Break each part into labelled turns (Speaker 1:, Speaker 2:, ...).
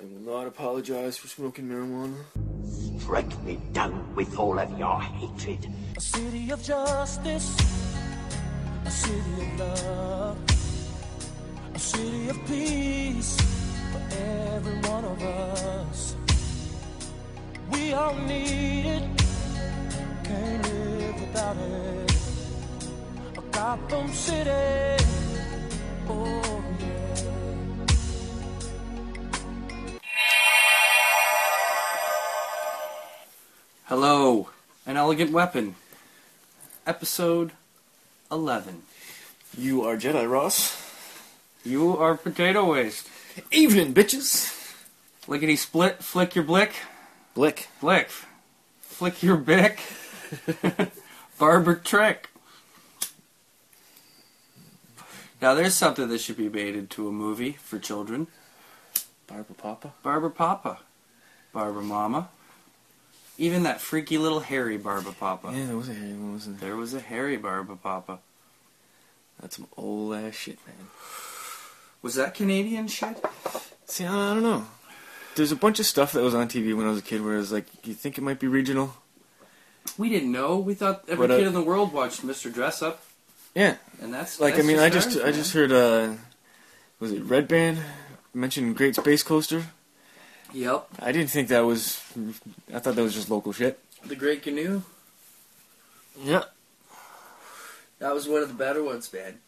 Speaker 1: I will not apologize for smoking marijuana.
Speaker 2: Strike me down with all of your hatred.
Speaker 3: A city of justice, a city of love, a city of peace for every one of us. We all need it, can't live without it. A Gotham City, oh yeah.
Speaker 4: Hello, an elegant weapon. Episode 11.
Speaker 1: You are Jedi Ross.
Speaker 4: You are potato waste.
Speaker 1: Evening, bitches.
Speaker 4: Lickety split, flick your blick,
Speaker 1: Blick.
Speaker 4: flick. Flick your bick. Barber trick. Now there's something that should be made into a movie for children.
Speaker 1: Barbara Papa.
Speaker 4: Barber Papa. Barber Mama. Even that freaky little hairy Barber Papa.
Speaker 1: Yeah, there was a hairy one, wasn't there?
Speaker 4: There was a hairy Barber Papa.
Speaker 1: That's some old ass shit, man.
Speaker 4: Was that Canadian shit?
Speaker 1: See, I I don't know. There's a bunch of stuff that was on TV when I was a kid where I was like, you think it might be regional?
Speaker 4: We didn't know. We thought every
Speaker 1: But, uh,
Speaker 4: kid in the world watched Mr. Dress Up,
Speaker 1: Yeah.
Speaker 4: and that's
Speaker 1: Like, I
Speaker 4: that's
Speaker 1: mean, I just
Speaker 4: ours,
Speaker 1: I
Speaker 4: man.
Speaker 1: just heard, uh, was it Red Band? Mentioned Great Space Coaster.
Speaker 4: yep
Speaker 1: I didn't think that was, I thought that was just local shit.
Speaker 4: the Great Canoe.
Speaker 1: Yeah.
Speaker 4: That was one of the better ones, man.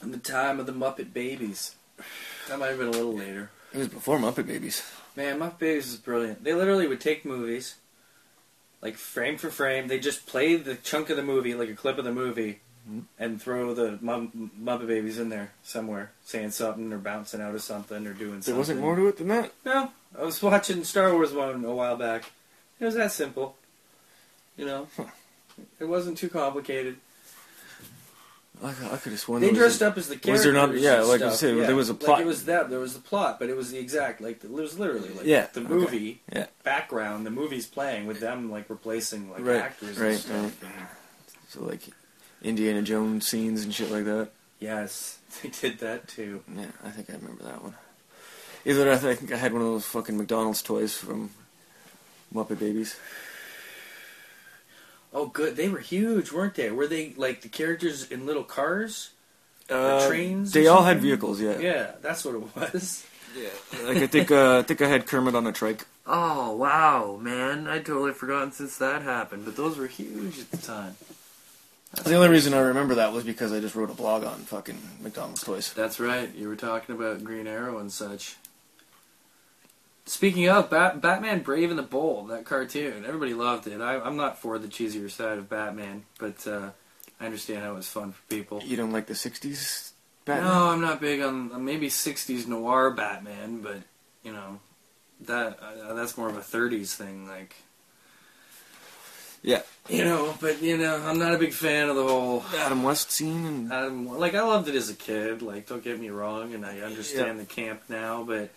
Speaker 4: And the time of the Muppet Babies. That might have been a little later.
Speaker 1: It was before Muppet Babies.
Speaker 4: Man, Muppet Babies is brilliant. They literally would take movies, like frame for frame. They just play the chunk of the movie, like a clip of the movie,
Speaker 1: Mm-hmm.
Speaker 4: and throw the Mum- Muppet Babies in there somewhere, saying something or bouncing out of something or doing something.
Speaker 1: There wasn't more to it than that.
Speaker 4: No, I was watching Star Wars one a while back. It was that simple, you know. It wasn't too complicated.
Speaker 1: I, I could have sworn
Speaker 4: they
Speaker 1: there was
Speaker 4: dressed
Speaker 1: a-
Speaker 4: up as the
Speaker 1: was
Speaker 4: characters.
Speaker 1: there not- yeah,
Speaker 4: and
Speaker 1: like you
Speaker 4: stuff,
Speaker 1: said,
Speaker 4: yeah.
Speaker 1: there was a
Speaker 4: Like
Speaker 1: plot.
Speaker 4: it was that there was the plot, but it was the exact like it was literally like
Speaker 1: Yeah,
Speaker 4: the
Speaker 1: okay.
Speaker 4: movie
Speaker 1: Yeah.
Speaker 4: background, the movie's playing with them like replacing like
Speaker 1: Right,
Speaker 4: actors
Speaker 1: right,
Speaker 4: and stuff.
Speaker 1: So like Indiana Jones scenes and shit like that.
Speaker 4: Yes, they did that too.
Speaker 1: Yeah, I think I remember that one. Either I think I had one of those fucking McDonald's toys from Muppet Babies.
Speaker 4: Oh, good. They were huge, weren't they? Were they like the characters in little cars?
Speaker 1: Uh,
Speaker 4: trains or
Speaker 1: They all had
Speaker 4: something?
Speaker 1: vehicles. Yeah.
Speaker 4: Yeah, that's what it was.
Speaker 1: Like I think uh, I think I had Kermit on a trike.
Speaker 4: Oh wow, man! I'd totally forgotten since that happened, but those were huge at the time.
Speaker 1: The only reason I remember that was because I just wrote a blog on fucking McDonald's toys.
Speaker 4: That's right. You were talking about Green Arrow and such. Speaking of Bat- Batman, Brave and the Bold, that cartoon, everybody loved it. I, I'm not for the cheesier side of Batman, but uh, I understand how it was fun for people.
Speaker 1: You don't like the '60s Batman?
Speaker 4: No, I'm not big on uh, maybe '60s noir Batman, but you know that uh, that's more of a '30s thing, like.
Speaker 1: Yeah.
Speaker 4: You know, but you know, I'm not a big fan of the whole
Speaker 1: Adam West scene and
Speaker 4: Um, like I loved it as a kid. Like don't get me wrong, and I understand
Speaker 1: Yeah.
Speaker 4: the camp now, but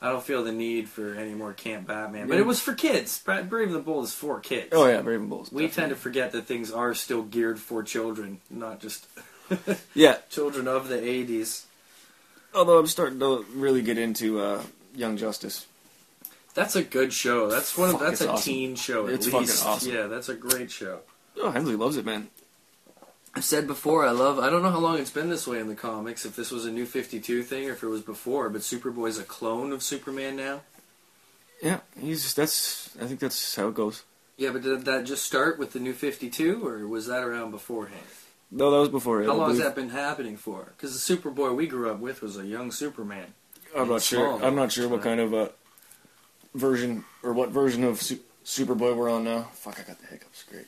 Speaker 4: I don't feel the need for any more camp Batman. But it was for kids. Bra- Brave and the Bold is for kids.
Speaker 1: oh yeah, Raven Bulls.
Speaker 4: We tend to forget that things are still geared for children, not just
Speaker 1: yeah.
Speaker 4: children of the '80s.
Speaker 1: Although I'm starting to really get into uh, Young Justice.
Speaker 4: That's a good show. That's one. Of,
Speaker 1: Fuck, it's
Speaker 4: that's a
Speaker 1: awesome.
Speaker 4: teen show. At
Speaker 1: It's fucking
Speaker 4: least.
Speaker 1: awesome.
Speaker 4: Yeah, that's a great show.
Speaker 1: Oh, Hensley loves it, man.
Speaker 4: I've said before, I love. I don't know how long it's been this way in the comics. If this was a new Fifty Two thing, or if it was before, but Superboy's a clone of Superman now.
Speaker 1: Yeah, he's that's. I think that's how it goes.
Speaker 4: Yeah, but did that just start with the new 52, or was that around beforehand?
Speaker 1: No, that was before. it,
Speaker 4: How
Speaker 1: I
Speaker 4: long has
Speaker 1: believe.
Speaker 4: that been happening for? Because the Superboy we grew up with was a young Superman.
Speaker 1: I'm not
Speaker 4: It's
Speaker 1: sure.
Speaker 4: small.
Speaker 1: I'm not sure what kind of uh, version or what version of Su- Superboy we're on now. Fuck, I got the hiccups. Great.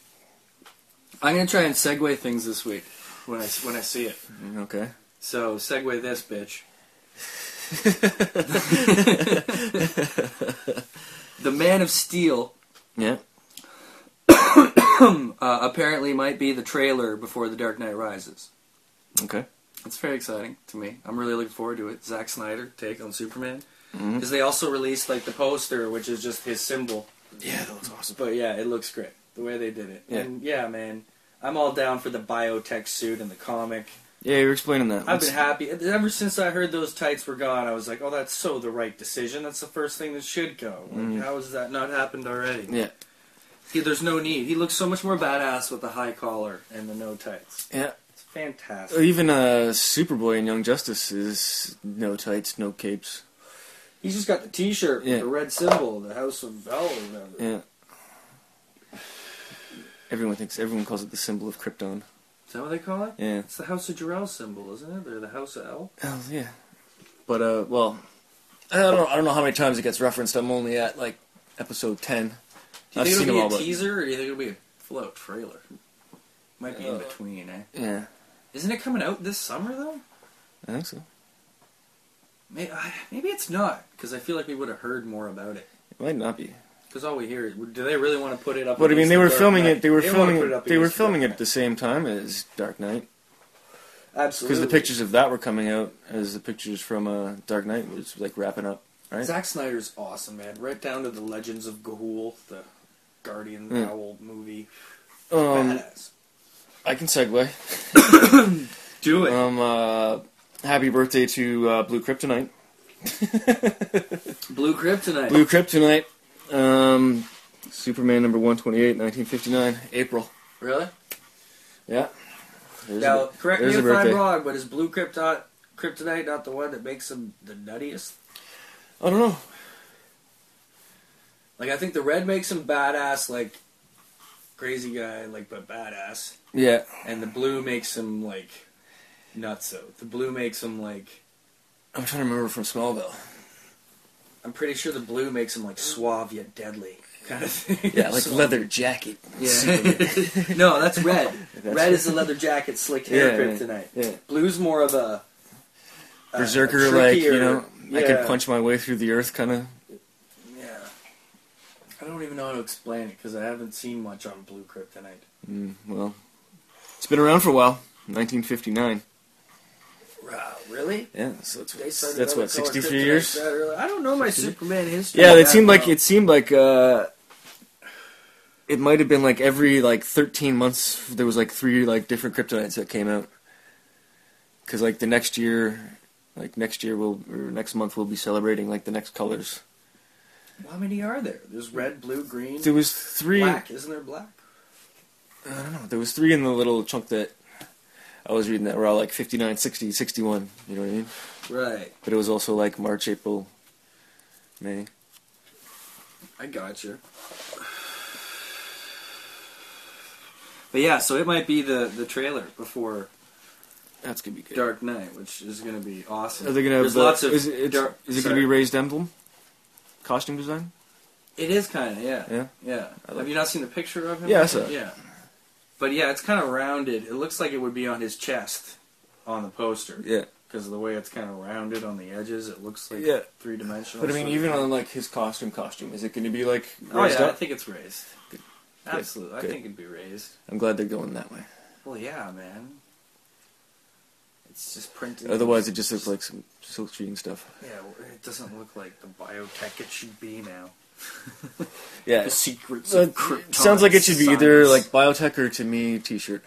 Speaker 4: I'm gonna try and segue things this week when I when I see it.
Speaker 1: Mm, Okay.
Speaker 4: So segue this bitch. the Man of Steel
Speaker 1: Yeah.
Speaker 4: uh, apparently might be the trailer before The Dark Knight Rises.
Speaker 1: Okay.
Speaker 4: It's very exciting to me. I'm really looking forward to it. Zack Snyder take on Superman. Because they also released like the poster, which is just his symbol.
Speaker 1: Yeah, that was awesome.
Speaker 4: But yeah, it looks great the way they did it.
Speaker 1: Yeah.
Speaker 4: And yeah, man, I'm all down for the biotech suit and the comic
Speaker 1: Yeah, you were explaining that.
Speaker 4: I've
Speaker 1: Let's-
Speaker 4: been happy ever since I heard those tights were gone. I was like, "Oh, that's so the right decision. That's the first thing that should go." Like, How has that not happened already?
Speaker 1: Mm. Yeah,
Speaker 4: He, there's no need. He looks so much more badass with the high collar and the no tights.
Speaker 1: yeah.
Speaker 4: It's fantastic.
Speaker 1: Even uh, Superboy in Young Justice is no tights, no capes.
Speaker 4: He's just got the T-shirt
Speaker 1: Yeah.
Speaker 4: with the red symbol, the House of Vel, or whatever.
Speaker 1: Yeah. Everyone thinks everyone calls it the symbol of Krypton.
Speaker 4: Is that what they call it?
Speaker 1: Yeah.
Speaker 4: It's the House of Jarrell symbol, isn't it? They're the House of L.
Speaker 1: Oh yeah. But uh, well, I don't know, I don't know how many times it gets referenced. I'm only at like episode ten.
Speaker 4: Do you
Speaker 1: I've
Speaker 4: think
Speaker 1: seen
Speaker 4: it'll be
Speaker 1: them all,
Speaker 4: a
Speaker 1: but-
Speaker 4: teaser, or do you think it'll be a float trailer? Might be
Speaker 1: Uh,
Speaker 4: in between, eh?
Speaker 1: Yeah,
Speaker 4: Isn't it coming out this summer though?
Speaker 1: I think so.
Speaker 4: Maybe, maybe it's not, because I feel like we would have heard more about it.
Speaker 1: It might not be.
Speaker 4: Because all we hear is, do they really want to put it up?
Speaker 1: But I mean,
Speaker 4: against
Speaker 1: they
Speaker 4: the
Speaker 1: were
Speaker 4: Dark
Speaker 1: filming
Speaker 4: Knight?
Speaker 1: it. They were
Speaker 4: wanna
Speaker 1: filming.
Speaker 4: put it up
Speaker 1: they were
Speaker 4: against the
Speaker 1: filming it
Speaker 4: Dark
Speaker 1: at the same time as Dark Knight
Speaker 4: Knight.
Speaker 1: because
Speaker 4: Absolutely.
Speaker 1: the pictures of that were coming out as the pictures from uh, Dark Knight was like wrapping up. Right.
Speaker 4: Zack Snyder's awesome, man. Right down to the Legends of Gahul, the Guardian
Speaker 1: Mm.
Speaker 4: Owl movie.
Speaker 1: Um,
Speaker 4: Badass.
Speaker 1: I can segue.
Speaker 4: Do it.
Speaker 1: Um, uh, happy birthday to uh, Blue Kryptonite.
Speaker 4: Blue Kryptonite.
Speaker 1: Blue Kryptonite. Um, Superman number 128, 1959, April.
Speaker 4: Really?
Speaker 1: Yeah. There's
Speaker 4: now,
Speaker 1: a-
Speaker 4: correct me
Speaker 1: there's a
Speaker 4: if I'm
Speaker 1: birthday.
Speaker 4: wrong, but is Blue Kryptonite Kryptonite not the one that makes him the nuttiest?
Speaker 1: I don't know.
Speaker 4: Like I think the red makes him badass, like crazy guy, like but badass.
Speaker 1: Yeah.
Speaker 4: And the blue makes him like nutso. The blue makes him like
Speaker 1: I'm trying to remember from Smallville.
Speaker 4: I'm pretty sure the blue makes him like suave yet deadly kind of thing.
Speaker 1: Yeah, like
Speaker 4: So-
Speaker 1: leather jacket.
Speaker 4: Yeah. no, that's red.
Speaker 1: That's-
Speaker 4: red is the leather jacket, slick
Speaker 1: Yeah,
Speaker 4: hair
Speaker 1: yeah,
Speaker 4: kryptonite.
Speaker 1: yeah.
Speaker 4: Blue's more of a a- a
Speaker 1: Berserker, like, you
Speaker 4: Uh, trickier-
Speaker 1: know, I can
Speaker 4: yeah,
Speaker 1: punch my way through the earth kind of.
Speaker 4: Yeah. I don't even know how to explain it because I haven't seen much on blue kryptonite.
Speaker 1: Well, it's been around for a while. 1959.
Speaker 4: Wow, really?
Speaker 1: Yeah, so it's,
Speaker 4: They started
Speaker 1: that's
Speaker 4: out
Speaker 1: what
Speaker 4: with color
Speaker 1: 63
Speaker 4: kryptonite
Speaker 1: years.
Speaker 4: red early. I don't know my Superman history.
Speaker 1: Yeah, it
Speaker 4: that
Speaker 1: seemed like
Speaker 4: well.
Speaker 1: it seemed like uh, it might have been like every like 13 months there was like three like different kryptonites that came out. Cuz like the next year like next year we'll or next month we'll be celebrating like the next colors.
Speaker 4: How many are there? There's red, blue, green,
Speaker 1: There was three
Speaker 4: black. Isn't there black?
Speaker 1: I don't know, there was three in the little chunk that I was reading that were all like 59, 60, 61, you know what I mean?
Speaker 4: Right.
Speaker 1: But it was also like March, April, May.
Speaker 4: I got you. But yeah, so it might be the the trailer before
Speaker 1: That's going to be good.
Speaker 4: Dark Knight, which is going to be awesome.
Speaker 1: Are they going to have
Speaker 4: There's
Speaker 1: the,
Speaker 4: lots of
Speaker 1: is it, it's-
Speaker 4: dark-
Speaker 1: is it going
Speaker 4: sorry.
Speaker 1: to be raised emblem? Costume design?
Speaker 4: It is kind of yeah.
Speaker 1: Yeah?
Speaker 4: Have you not seen the picture of him?
Speaker 1: Yeah, I saw it.
Speaker 4: Yeah. But yeah, it's kind of rounded. It looks like it would be on his chest on the poster.
Speaker 1: Yeah.
Speaker 4: Because of the way it's kind of rounded on the edges, it looks like
Speaker 1: Yeah.
Speaker 4: three dimensional.
Speaker 1: But I mean, even on like his costume, costume is it going to be like
Speaker 4: oh
Speaker 1: raised
Speaker 4: yeah, I
Speaker 1: up?
Speaker 4: think it's raised. Absolutely,
Speaker 1: Good.
Speaker 4: I think it'd be raised.
Speaker 1: I'm glad they're going that way.
Speaker 4: Well, yeah, man. It's just printed.
Speaker 1: Otherwise, it just looks like some silk screen stuff.
Speaker 4: Yeah, well, it doesn't look like the biotech it should be now.
Speaker 1: Yeah,
Speaker 4: The secrets
Speaker 1: so
Speaker 4: of
Speaker 1: it
Speaker 4: Krypton.
Speaker 1: Uh, sounds like it should be
Speaker 4: science.
Speaker 1: either like biotech or to me t-shirt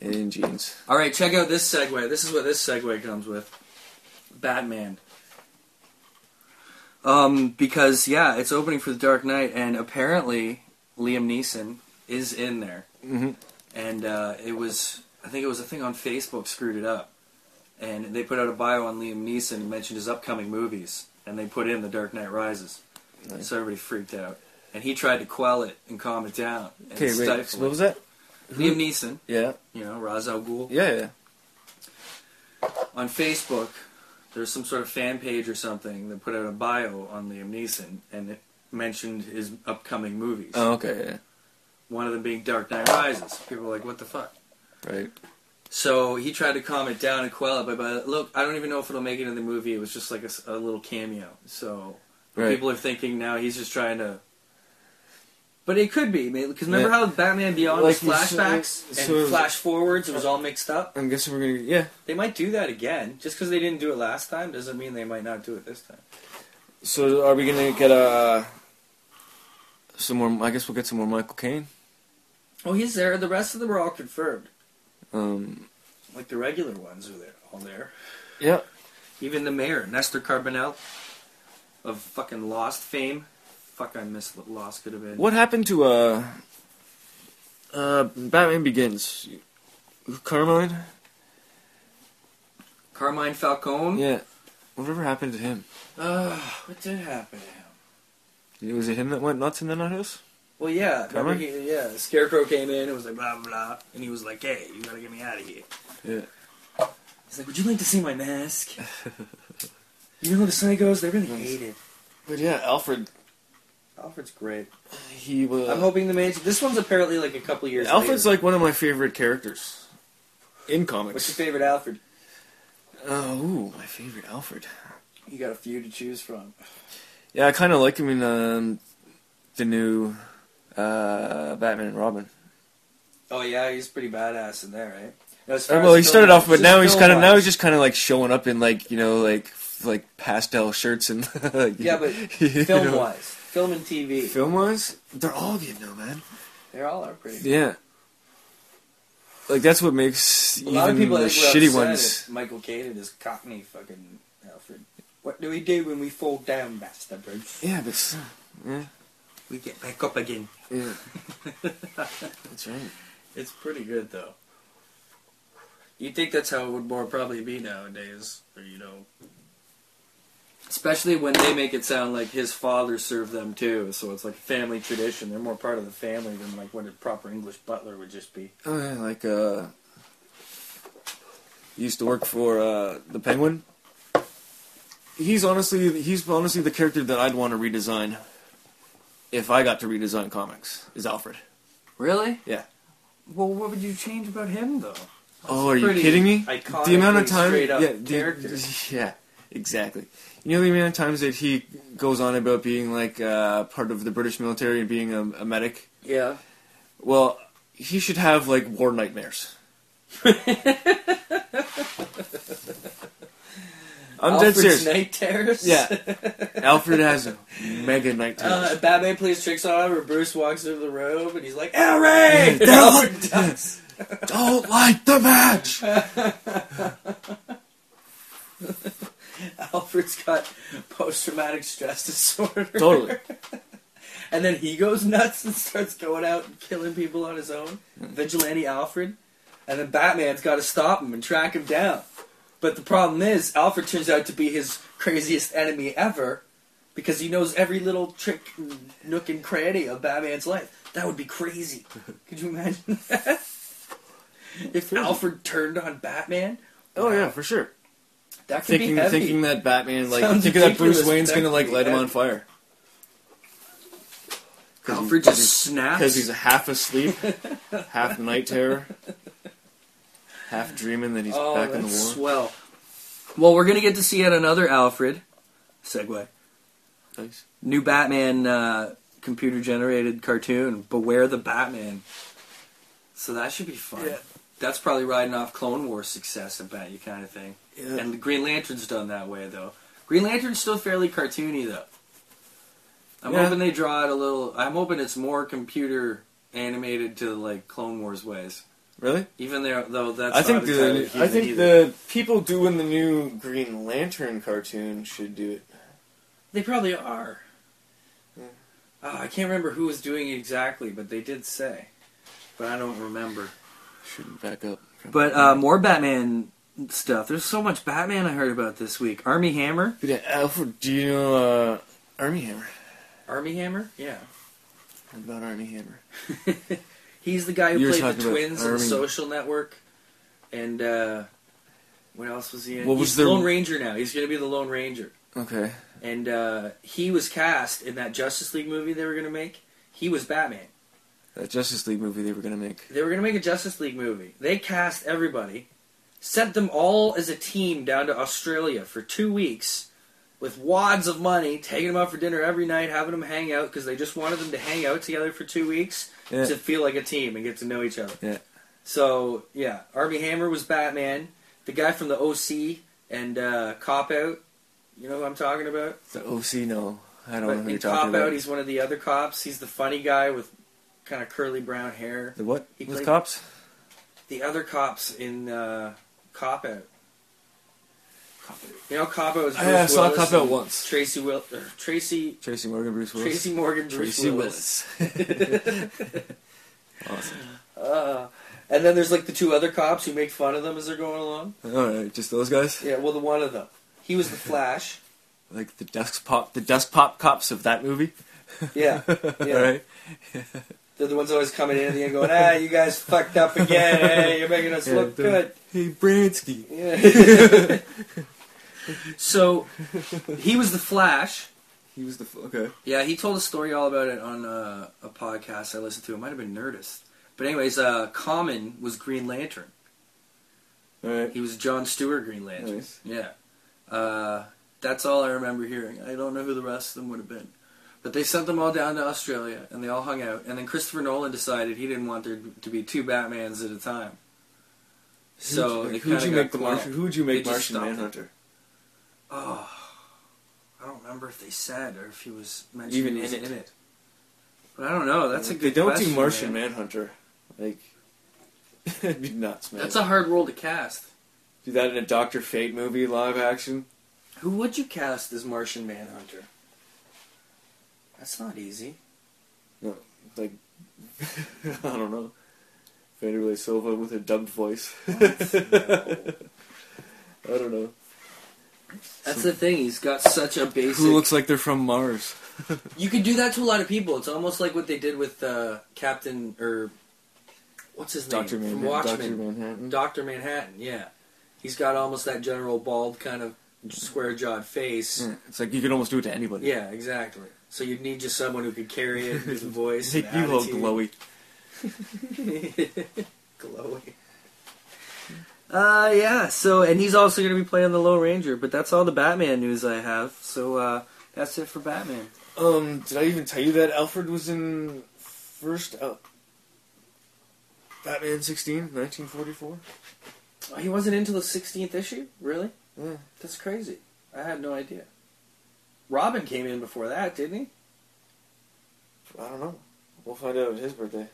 Speaker 1: and jeans.
Speaker 4: All right, check out this segue. This is what this segue comes with. Batman. Um, because yeah, it's opening for the Dark Knight, and apparently Liam Neeson is in there.
Speaker 1: Mhm.
Speaker 4: And uh, it was, I think it was a thing on Facebook screwed it up, and they put out a bio on Liam Neeson and mentioned his upcoming movies, and they put in The Dark Knight Rises,
Speaker 1: Nice.
Speaker 4: so everybody freaked out, and he tried to quell it and calm it down. and
Speaker 1: Okay, wait.
Speaker 4: stifle
Speaker 1: So what
Speaker 4: it.
Speaker 1: was that?
Speaker 4: Liam Neeson,
Speaker 1: Yeah,
Speaker 4: you know, Ra's al Ghul
Speaker 1: yeah, yeah.
Speaker 4: on Facebook, there's some sort of fan page or something that put out a bio on Liam Neeson, and it mentioned his upcoming movies.
Speaker 1: Oh, okay,
Speaker 4: One of them being Dark Knight Rises. People were like, "What the fuck?"
Speaker 1: yeah, right.
Speaker 4: So he tried to calm it down and quell it, but, but look, I don't even know if it'll make it in the movie. It was just like a, s- a little cameo. So
Speaker 1: Right.
Speaker 4: people are thinking now he's just trying to. But it could be, because remember
Speaker 1: Yeah.
Speaker 4: how Batman Beyond
Speaker 1: Like you
Speaker 4: was
Speaker 1: said,
Speaker 4: flashbacks and
Speaker 1: so-
Speaker 4: flash forwards? It was all mixed up.
Speaker 1: I'm guessing we're gonna. Yeah.
Speaker 4: They might do that again. Just because they didn't do it last time doesn't mean they might not do it this time.
Speaker 1: So are we gonna get uh some more? I guess we'll get some more Michael Caine.
Speaker 4: Oh, he's there. The rest of them are all confirmed.
Speaker 1: Um,
Speaker 4: Like the regular ones are there, all there.
Speaker 1: Yeah.
Speaker 4: Even the mayor, Nestor Carbonell, of fucking Lost fame. Fuck, I miss what Lost could have been.
Speaker 1: What happened to uh, uh, Batman Begins? Carmine?
Speaker 4: Carmine Falcone?
Speaker 1: Yeah. Whatever happened to him?
Speaker 4: Uh, what did happen to him?
Speaker 1: Was it him that went nuts in the nut house?
Speaker 4: Well, yeah,
Speaker 1: Come
Speaker 4: remember he- yeah. Scarecrow came in and was like blah blah, and he was like, "Hey, you gotta get me out of here."
Speaker 1: Yeah.
Speaker 4: He's like, "Would you like to see my mask?" you know the psychos, they really hate it.
Speaker 1: But yeah, Alfred.
Speaker 4: Alfred's great.
Speaker 1: He was.
Speaker 4: I'm hoping the mage. This one's apparently like a couple years.
Speaker 1: Uh, Alfred's
Speaker 4: later.
Speaker 1: like one of my favorite characters in
Speaker 4: What's your
Speaker 1: comics.
Speaker 4: favorite Alfred?
Speaker 1: Oh, ooh, my favorite Alfred.
Speaker 4: You got a few to choose from.
Speaker 1: Yeah, I kind of like him in um, the new uh, Batman and Robin.
Speaker 4: Oh yeah, he's pretty badass in there, right? Now, as far
Speaker 1: Uh,
Speaker 4: as
Speaker 1: well, he
Speaker 4: film-
Speaker 1: started off, but
Speaker 4: just
Speaker 1: now he's
Speaker 4: film
Speaker 1: kind of now
Speaker 4: wise-
Speaker 1: he's just kind of like showing up in like you know like f- like pastel shirts and like,
Speaker 4: yeah, but
Speaker 1: you
Speaker 4: film
Speaker 1: know.
Speaker 4: wise, film and TV,
Speaker 1: film wise, they're all good now, man.
Speaker 4: they all are pretty.
Speaker 1: Yeah, like that's what makes
Speaker 4: A
Speaker 1: even
Speaker 4: lot of people
Speaker 1: the
Speaker 4: I think were
Speaker 1: shitty
Speaker 4: upset
Speaker 1: ones.
Speaker 4: at Michael Caine and his Cockney fucking Alfred. What do we do when we fall down, bastards?
Speaker 1: Yeah, but s- yeah,
Speaker 4: We get back up again.
Speaker 1: yeah, that's right.
Speaker 4: It's pretty good though. You think that's how it would more probably be nowadays, or you know, especially when they make it sound like his father served them too. So it's like family tradition. They're more part of the family than like what a proper English butler would just be.
Speaker 1: Oh yeah, like uh, he used to work for uh the Penguin. He's honestly he's honestly the character that I'd want to redesign. If I got to redesign comics, is Alfred.
Speaker 4: Really?
Speaker 1: Yeah.
Speaker 4: Well, what would you change about him though?
Speaker 1: Oh, are you
Speaker 4: pretty
Speaker 1: kidding me?
Speaker 4: iconically
Speaker 1: The amount of time,
Speaker 4: straight up
Speaker 1: yeah, the-
Speaker 4: character.
Speaker 1: yeah, exactly. You know the amount of times that he goes on about being like uh, part of the British military and being a, a medic.
Speaker 4: Yeah.
Speaker 1: Well, he should have like war nightmares. I'm dead
Speaker 4: Alfred's
Speaker 1: serious.
Speaker 4: Night terrors.
Speaker 1: Yeah, Alfred has a mega night terrors.
Speaker 4: Uh, Batman plays tricks on him, or Bruce walks through the robe, and he's like, "Alfred!" Alfred ducks.
Speaker 1: Don't light the match.
Speaker 4: Alfred's got post-traumatic stress disorder.
Speaker 1: Totally.
Speaker 4: And then he goes nuts and starts going out and killing people on his own. Vigilante Alfred. And then Batman's got to stop him and track him down. But the problem is, Alfred turns out to be his craziest enemy ever because he knows every little trick, nook, and cranny of Batman's life. That would be crazy. Could you imagine that? If Alfred turned on Batman,
Speaker 1: Oh yeah, for sure.
Speaker 4: that could
Speaker 1: Thinking,
Speaker 4: be heavy.
Speaker 1: thinking that Batman, like,
Speaker 4: Sounds
Speaker 1: thinking that
Speaker 4: ridiculous,
Speaker 1: Bruce
Speaker 4: but
Speaker 1: Wayne's
Speaker 4: that
Speaker 1: gonna
Speaker 4: could
Speaker 1: like
Speaker 4: be
Speaker 1: light him
Speaker 4: heavy.
Speaker 1: on fire.
Speaker 4: Alfred just snaps.
Speaker 1: because he's half asleep, half night terror, half dreaming that he's
Speaker 4: oh,
Speaker 1: back in the war.
Speaker 4: that's swell. Well, we're gonna get to see yet another Alfred. Segue.
Speaker 1: Nice.
Speaker 4: new Batman uh, computer generated cartoon, Beware the Batman. So that should be fun.
Speaker 1: Yeah.
Speaker 4: That's probably riding off Clone Wars success, I bet you kind of thing.
Speaker 1: Yeah.
Speaker 4: And Green Lantern's done that way though. Green Lantern's still fairly cartoony though. I'm
Speaker 1: Yeah.
Speaker 4: hoping they draw it a little. I'm hoping it's more computer animated to like Clone Wars ways.
Speaker 1: Really?
Speaker 4: Even there though, that's
Speaker 1: I
Speaker 4: not
Speaker 1: think
Speaker 4: entirely
Speaker 1: the I
Speaker 4: human
Speaker 1: think
Speaker 4: either.
Speaker 1: the people doing the new Green Lantern cartoon should do it.
Speaker 4: They probably are. Oh, I can't remember who was doing it exactly, but they did say. But I don't remember.
Speaker 1: Shouldn't back up.
Speaker 4: But uh, more Batman stuff. There's so much Batman I heard about this week. Army Hammer.
Speaker 1: But yeah, Alfred, do you know uh, Army Hammer?
Speaker 4: Army Hammer? Yeah.
Speaker 1: What about Army Hammer?
Speaker 4: He's the guy who
Speaker 1: You were
Speaker 4: played the
Speaker 1: talking about
Speaker 4: twins in the
Speaker 1: Army-
Speaker 4: social network. And uh, what else was he in?
Speaker 1: What was
Speaker 4: He's
Speaker 1: the-
Speaker 4: Lone Ranger now. He's going to be the Lone Ranger.
Speaker 1: Okay.
Speaker 4: And uh, he was cast in that Justice League movie they were going to make. He was Batman.
Speaker 1: That Justice League movie they were gonna make.
Speaker 4: They were going to make a Justice League movie. They cast everybody, sent them all as a team down to Australia for two weeks with wads of money, taking them out for dinner every night, having them hang out because they just wanted them to hang out together for two weeks
Speaker 1: Yeah.
Speaker 4: to feel like a team and get to know each other.
Speaker 1: Yeah.
Speaker 4: So, yeah, Army Hammer was Batman. The guy from the OC and uh, Cop Out, you know who I'm talking about?
Speaker 1: The OC, no, I don't know
Speaker 4: But
Speaker 1: who you're
Speaker 4: in
Speaker 1: talking
Speaker 4: Cop
Speaker 1: about.
Speaker 4: Out, he's one of the other cops. He's the funny guy with kind of curly brown hair
Speaker 1: the what?
Speaker 4: he
Speaker 1: With
Speaker 4: played-
Speaker 1: cops?
Speaker 4: the other cops in uh, Cop Out. You know, Cop Out was Bruce
Speaker 1: Yeah, I saw
Speaker 4: Willis
Speaker 1: Cop Out
Speaker 4: and
Speaker 1: once.
Speaker 4: Tracy Will, or Tracy,
Speaker 1: Tracy Morgan, Bruce Willis.
Speaker 4: Tracy Morgan, Bruce
Speaker 1: Tracy
Speaker 4: Willis.
Speaker 1: awesome.
Speaker 4: Uh, and then there's like the two other cops who make fun of them as they're going along.
Speaker 1: All right, just those guys.
Speaker 4: Yeah, well, the one of them. He was the Flash.
Speaker 1: Like the desk pop, the desk pop cops of that movie.
Speaker 4: Yeah, yeah.
Speaker 1: All right.
Speaker 4: They're the ones always coming in at the end going, ah, you guys fucked up again. Hey, you're making us
Speaker 1: Yeah,
Speaker 4: look
Speaker 1: the-
Speaker 4: good.
Speaker 1: Hey, Bransky.
Speaker 4: Yeah. so he was the Flash.
Speaker 1: He was the f- okay.
Speaker 4: Yeah, he told a story all about it on uh, a podcast I listened to. It might have been Nerdist. But anyways, uh, Common was Green Lantern.
Speaker 1: All right.
Speaker 4: He was John Stewart Green Lantern.
Speaker 1: Nice.
Speaker 4: Yeah. Uh, that's all I remember hearing. I don't know who the rest of them would have been. But they sent them all down to Australia, and they all hung out. And then Christopher Nolan decided he didn't want there to be two Batmans at a time. So
Speaker 1: who'd,
Speaker 4: they
Speaker 1: like, who'd
Speaker 4: kinda
Speaker 1: you
Speaker 4: got
Speaker 1: make the
Speaker 4: quarreled.
Speaker 1: Martian? Who'd you
Speaker 4: They
Speaker 1: make
Speaker 4: just
Speaker 1: Martian
Speaker 4: stopped it.
Speaker 1: Manhunter?
Speaker 4: Oh, I don't remember if they said or if he was mentioned
Speaker 1: Even
Speaker 4: he was
Speaker 1: in it.
Speaker 4: But I don't know. That's a
Speaker 1: Like,
Speaker 4: good.
Speaker 1: They don't
Speaker 4: question,
Speaker 1: do Martian
Speaker 4: man.
Speaker 1: Manhunter. Like, it'd be nuts, man.
Speaker 4: That's a hard role to cast.
Speaker 1: do that in a Doctor Fate movie, live action.
Speaker 4: Who would you cast as Martian Manhunter? That's not easy.
Speaker 1: Like, I don't know. Vanderlei Silva with a dubbed voice. I don't know.
Speaker 4: That's the thing. He's got such a basic.
Speaker 1: Who looks like they're from Mars?
Speaker 4: You could do that to a lot of people. It's almost like what they did with uh, Captain or what's his
Speaker 1: Doctor Man-
Speaker 4: name from Watchmen.
Speaker 1: Doctor Manhattan.
Speaker 4: Doctor Manhattan. Yeah, he's got almost that general bald kind of square jawed face.
Speaker 1: Yeah, It's like you could almost do it to anybody.
Speaker 4: Yeah, exactly. So you'd need just someone who could carry it, with the voice,
Speaker 1: Make
Speaker 4: and
Speaker 1: you all
Speaker 4: attitude.
Speaker 1: glowy.
Speaker 4: Glowing. Uh, yeah, so, and he's also going to be playing the Lone Ranger, but that's all the Batman news I have. So, uh, that's it for Batman.
Speaker 1: Um, did I even tell you that Alfred was in first uh, Batman 16, 1944?
Speaker 4: Oh, he wasn't into the 16th issue? Really?
Speaker 1: Yeah.
Speaker 4: That's crazy. I had no idea. Robin came in before that, didn't he?
Speaker 1: I don't know. We'll find out at his birthday.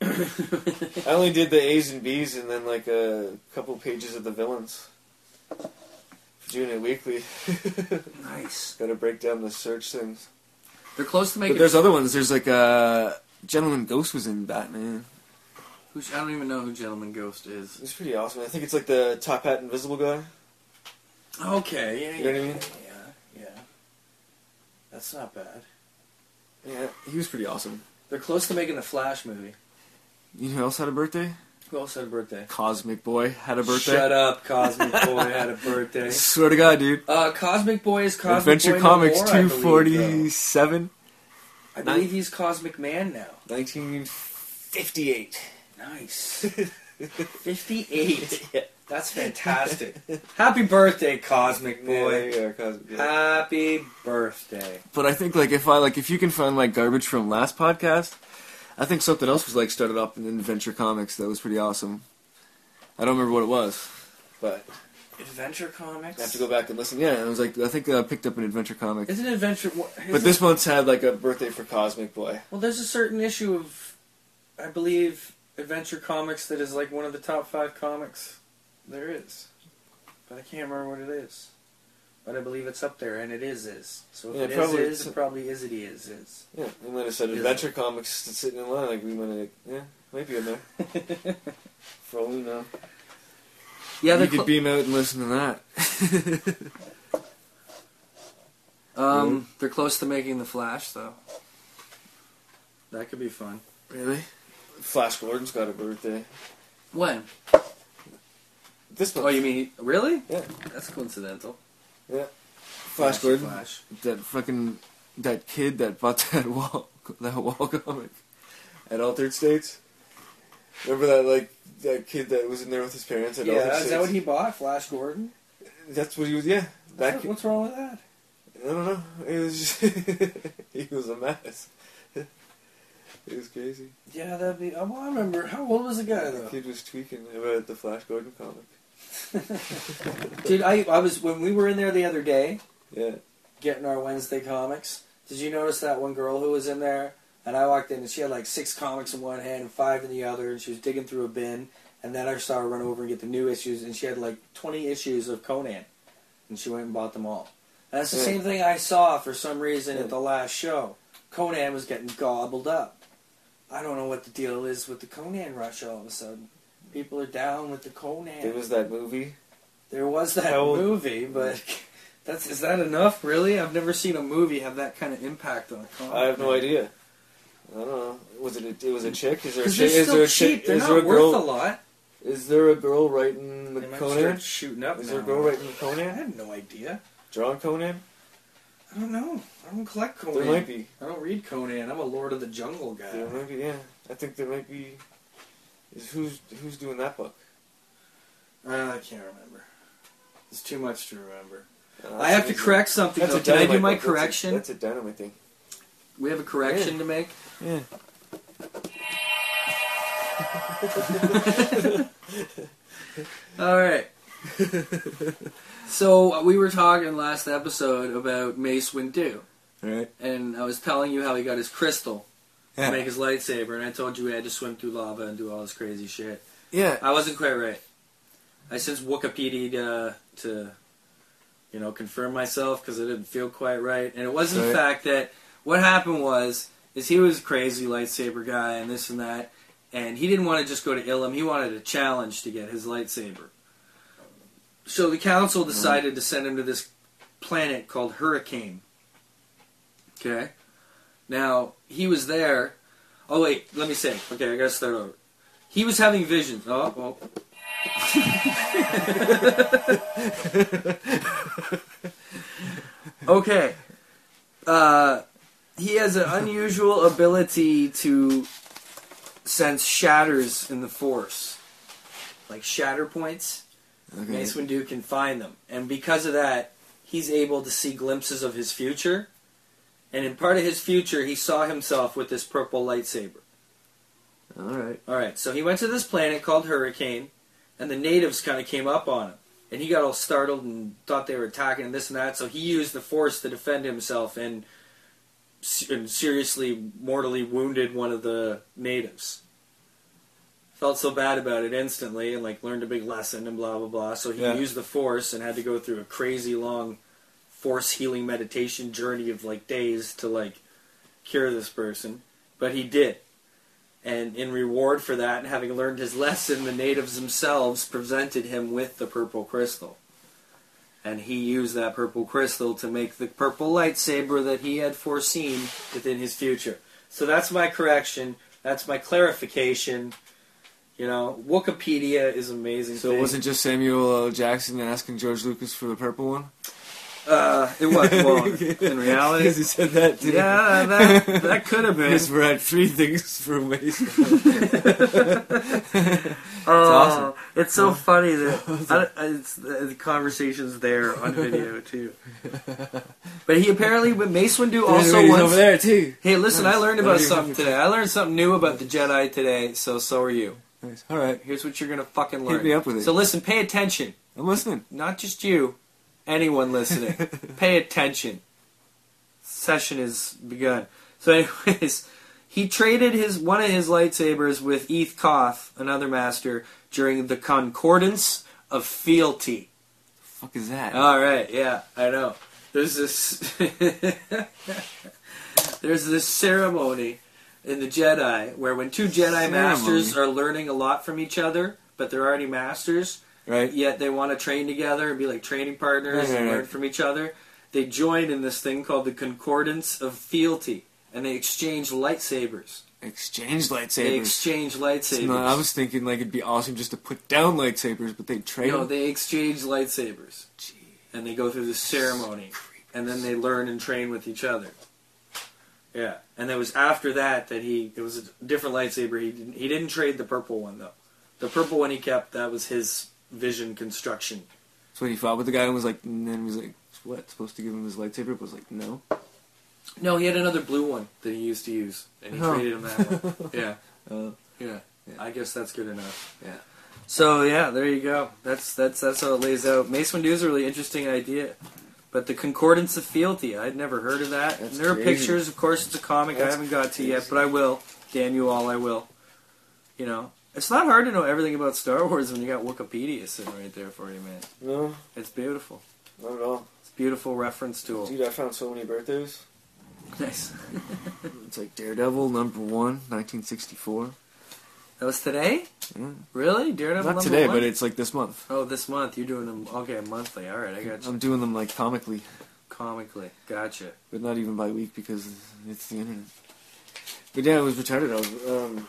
Speaker 1: I only did the A's and B's and then like a couple pages of the villains. For doing it weekly.
Speaker 4: nice.
Speaker 1: Gotta break down the search things.
Speaker 4: They're close to making.
Speaker 1: But there's other ones. There's like uh Gentleman Ghost was in Batman.
Speaker 4: who, I don't even know who Gentleman Ghost is.
Speaker 1: It's pretty awesome. I think it's like the top hat invisible guy.
Speaker 4: Okay, yeah,
Speaker 1: You know what I mean?
Speaker 4: yeah, yeah. That's not bad.
Speaker 1: Yeah, he was pretty awesome.
Speaker 4: They're close to making the Flash movie.
Speaker 1: You know who else had a birthday?
Speaker 4: Who else had a birthday?
Speaker 1: Cosmic Boy had a birthday.
Speaker 4: Shut up, Cosmic Boy had a birthday.
Speaker 1: Swear to God, dude.
Speaker 4: Uh, Cosmic Boy is Cosmic
Speaker 1: Adventure
Speaker 4: Boy no
Speaker 1: Comics
Speaker 4: more, I believe, though.
Speaker 1: 247.
Speaker 4: I believe he's Cosmic Man now.
Speaker 1: 1958.
Speaker 4: Nice. 58. That's fantastic. Happy birthday, Cosmic Boy. Happy birthday.
Speaker 1: Uh, But I think like if I like if you can find like garbage from last podcast, I think something else was like started up in Adventure Comics that was pretty awesome. I don't remember what it was, but
Speaker 4: Adventure Comics?
Speaker 1: I have to go back and listen. Yeah, it was like I think I picked up an Adventure Comic.
Speaker 4: Isn't Adventure. wha-
Speaker 1: but
Speaker 4: isn't-
Speaker 1: this month's had like a birthday for Cosmic Boy.
Speaker 4: Well, there's a certain issue of, I believe, Adventure Comics that is like one of the top five comics there is. But I can't remember what it is. But I believe it's up there, and it is is. So if
Speaker 1: Yeah,
Speaker 4: it is
Speaker 1: probably
Speaker 4: is,
Speaker 1: it's-
Speaker 4: it probably is it is is.
Speaker 1: Yeah, we might have said
Speaker 4: Is
Speaker 1: Adventure Comics sitting in line. Like we might have, yeah, maybe in there for all we know.
Speaker 4: yeah,
Speaker 1: you could beam out and listen to that.
Speaker 4: um, they're close to making the Flash, though. That could be fun.
Speaker 1: really? Flash Gordon's got a birthday.
Speaker 4: When?
Speaker 1: This month.
Speaker 4: Oh, you mean really?
Speaker 1: Yeah.
Speaker 4: That's coincidental.
Speaker 1: Flash Gordon?
Speaker 4: Flash.
Speaker 1: That fucking that kid that bought that wall that wall comic at Altered States. Remember that like that kid that was in there with his parents at Altered
Speaker 4: Yeah,
Speaker 1: States.
Speaker 4: is that what he bought? Flash Gordon.
Speaker 1: That's what he was. Yeah, that. Kid,
Speaker 4: What's wrong with that?
Speaker 1: I don't know. It was. Just, he was a mess. It was crazy.
Speaker 4: Yeah, that'd be. uh, Well, I remember. How old was the guy
Speaker 1: The
Speaker 4: though?
Speaker 1: kid was tweaking about the Flash Gordon comic.
Speaker 4: Dude, I, I was when we were in there the other day
Speaker 1: Yeah.
Speaker 4: getting our Wednesday comics. Did you notice that one girl who was in there? And I walked in and she had like six comics in one hand and five in the other, and she was digging through a bin. and then I saw her run over and get the new issues, and she had like 20 issues of Conan, and she went and bought them all. And that's the
Speaker 1: Yeah.
Speaker 4: same thing I saw for some reason
Speaker 1: Yeah.
Speaker 4: at the last show. Conan was getting gobbled up. I don't know what the deal is with the Conan rush all of a sudden. People are down with the Conan.
Speaker 1: It was that movie.
Speaker 4: There was that
Speaker 1: How old-
Speaker 4: movie, but that's is that enough? Really, I've never seen a movie have that kind of impact on a comic.
Speaker 1: I have no idea. I don't know. Was it? A, it was a chick. Is there a
Speaker 4: Because
Speaker 1: chick?
Speaker 4: they're
Speaker 1: is
Speaker 4: still
Speaker 1: there a
Speaker 4: cheap.
Speaker 1: chick?
Speaker 4: They're
Speaker 1: is
Speaker 4: not
Speaker 1: there a girl?
Speaker 4: worth a lot.
Speaker 1: Is there a girl writing the
Speaker 4: They might
Speaker 1: Conan?
Speaker 4: start shooting up.
Speaker 1: Is
Speaker 4: now.
Speaker 1: there a girl writing the
Speaker 4: I
Speaker 1: Conan?
Speaker 4: have no idea.
Speaker 1: Drawing Conan?
Speaker 4: I don't know. I don't collect Conan.
Speaker 1: There might be.
Speaker 4: I don't read Conan. I'm a Lord of the Jungle guy.
Speaker 1: There might be. Yeah, I think there might be. Is who's who's doing that book?
Speaker 4: Uh, I can't remember. It's too much to remember.
Speaker 1: Uh,
Speaker 4: I have to
Speaker 1: that's-
Speaker 4: correct something.
Speaker 1: That's
Speaker 4: Though.
Speaker 1: a
Speaker 4: Can I do
Speaker 1: dynamite
Speaker 4: my
Speaker 1: book. That's a-
Speaker 4: correction?
Speaker 1: That's a, dynamite thing.
Speaker 4: We have a correction
Speaker 1: Yeah.
Speaker 4: to make.
Speaker 1: Yeah.
Speaker 4: All right. so uh, we were talking last episode about Mace Windu,
Speaker 1: All right.
Speaker 4: and I was telling you how he got his crystal to make
Speaker 1: Yeah.
Speaker 4: his lightsaber, and I told you he had to swim through lava and do all this crazy shit.
Speaker 1: yeah.
Speaker 4: I wasn't quite right. I since Wikipedia to, to you know, confirm myself because it didn't feel quite right, and it was in
Speaker 1: Right.
Speaker 4: fact that what happened was is he was a crazy lightsaber guy and this and that, and he didn't want to just go to Ilum. He wanted a challenge to get his lightsaber. So the council decided to send him to this planet called Hurricane. Okay. Now he was there. Oh wait, let me say. Okay, I gotta start over. He was having visions. Oh, oh. well. okay. Uh, he has an unusual ability to sense shatters in the force, like shatter points.
Speaker 1: Okay.
Speaker 4: Mace Windu can find them, and because of that, he's able to see glimpses of his future. And in part of his future, he saw himself with this purple lightsaber.
Speaker 1: All right.
Speaker 4: All right, so he went to this planet called Hurricane, and the natives kind of came up on him, and he got all startled and thought they were attacking and this and that. So he used the Force to defend himself and, s- and seriously, mortally wounded one of the natives. Felt so bad about it instantly, and like learned a big lesson and blah blah blah. So he
Speaker 1: Yeah.
Speaker 4: used the Force and had to go through a crazy long Force healing meditation journey of like days to like cure this person, but he did. And in reward for that, and having learned his lesson, the natives themselves presented him with the purple crystal. And he used that purple crystal to make the purple lightsaber that he had foreseen within his future. So that's my correction. That's my clarification. You know, Wikipedia is amazing.
Speaker 1: So it
Speaker 4: thing.
Speaker 1: wasn't just Samuel L. Jackson asking George Lucas for the purple one?
Speaker 4: Uh, it was. Well, in
Speaker 1: Because
Speaker 4: reality,
Speaker 1: he said that, didn't he?
Speaker 4: yeah, that that could have been.
Speaker 1: Because we're at three things for waste.
Speaker 4: Oh,
Speaker 1: awesome.
Speaker 4: it's so funny that I don't- it's, the conversation's there on video too. But he apparently, but Mace Windu also
Speaker 1: Everybody's over
Speaker 4: once.
Speaker 1: there too.
Speaker 4: Hey, listen, I
Speaker 1: Nice.
Speaker 4: learned about
Speaker 1: Nice.
Speaker 4: something today. I learned something new about the Jedi today. So so are you.
Speaker 1: Nice. All right,
Speaker 4: Here's what you're gonna fucking learn.
Speaker 1: Hit me up with it.
Speaker 4: So listen, pay attention.
Speaker 1: I'm listening.
Speaker 4: Not just you, anyone listening. pay attention. Session is begun. So, anyways, he traded his one of his lightsabers with Eth Koth, another master, during the Concordance of Fealty.
Speaker 1: fuck is that?
Speaker 4: All right, yeah, I know. There's this There's this ceremony in the Jedi where when two Jedi
Speaker 1: Ceremony.
Speaker 4: masters are learning a lot from each other, but they're already masters,
Speaker 1: right?
Speaker 4: yet they want to train together and be like training partners
Speaker 1: Right,
Speaker 4: and
Speaker 1: right,
Speaker 4: learn
Speaker 1: right.
Speaker 4: from each other. They join in this thing called the Concordance of Fealty, and they exchange lightsabers.
Speaker 1: Exchange
Speaker 4: They
Speaker 1: lightsabers.
Speaker 4: exchange lightsabers.
Speaker 1: No, I was thinking like it'd be awesome just to put down lightsabers, but they trade.
Speaker 4: no,
Speaker 1: them.
Speaker 4: they exchange lightsabers,
Speaker 1: Jeez.
Speaker 4: and they go through this ceremony, and then they learn and train with each other. Yeah, and it was after that that he it was a different lightsaber. He didn't, he didn't trade the purple one though. The purple one he kept. That was his vision construction.
Speaker 1: So he fought with the guy and was like, and then was like, what? Supposed to give him his lightsaber? But was like, no.
Speaker 4: No, he had another blue one that he used to use, and he
Speaker 1: Oh.
Speaker 4: traded him that one. Yeah,
Speaker 1: Uh,
Speaker 4: yeah, I guess that's good enough.
Speaker 1: Yeah.
Speaker 4: So yeah, there you go. That's that's that's how it lays out. Mace Windu is a really interesting idea, but the Concordance of Fealty, I'd never heard of that.
Speaker 1: That's
Speaker 4: And there are
Speaker 1: crazy.
Speaker 4: pictures, of course. It's a comic I
Speaker 1: That's
Speaker 4: haven't got to yet,
Speaker 1: crazy.
Speaker 4: but I will. Damn you all, I will. You know, It's not hard to know everything about Star Wars when you got Wikipedia sitting right there for you, man.
Speaker 1: No,
Speaker 4: It's beautiful.
Speaker 1: not at all.
Speaker 4: It's a beautiful reference tool.
Speaker 1: Dude, I found so many birthdays.
Speaker 4: Nice.
Speaker 1: It's like Daredevil number one, 1964.
Speaker 4: That was today?
Speaker 1: Yeah.
Speaker 4: Really? Daredevil
Speaker 1: Mm. Not
Speaker 4: number
Speaker 1: today,
Speaker 4: one?
Speaker 1: but it's like this month.
Speaker 4: Oh, this month you're doing them. Okay, monthly. All right, I got you.
Speaker 1: I'm doing them like comically,
Speaker 4: Comically, gotcha.
Speaker 1: but not even by week because it's the internet. But yeah, it was retarded. I was, um,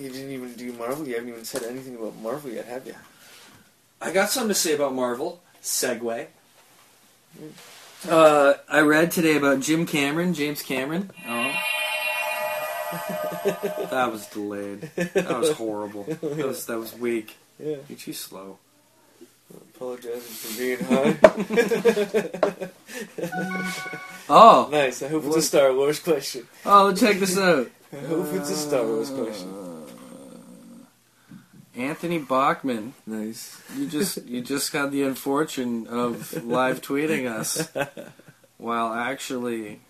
Speaker 1: you didn't even do Marvel. You haven't even said anything about Marvel yet, have you?
Speaker 5: I got something to say about Marvel. Segway.
Speaker 4: Uh, I read today about Jim Cameron, James Cameron. Oh. that was delayed. That was horrible. That was, that was weak.
Speaker 1: Yeah.
Speaker 4: You're too slow.
Speaker 1: Apologizing for being high.
Speaker 4: Oh,
Speaker 1: nice. I hope it's a Star Wars question.
Speaker 4: oh, check this out. Uh,
Speaker 1: I hope it's a Star Wars
Speaker 4: Ah,
Speaker 1: question.
Speaker 4: Anthony Bachman,
Speaker 1: Nice.
Speaker 4: you just you just had the unfortune of live tweeting us while actually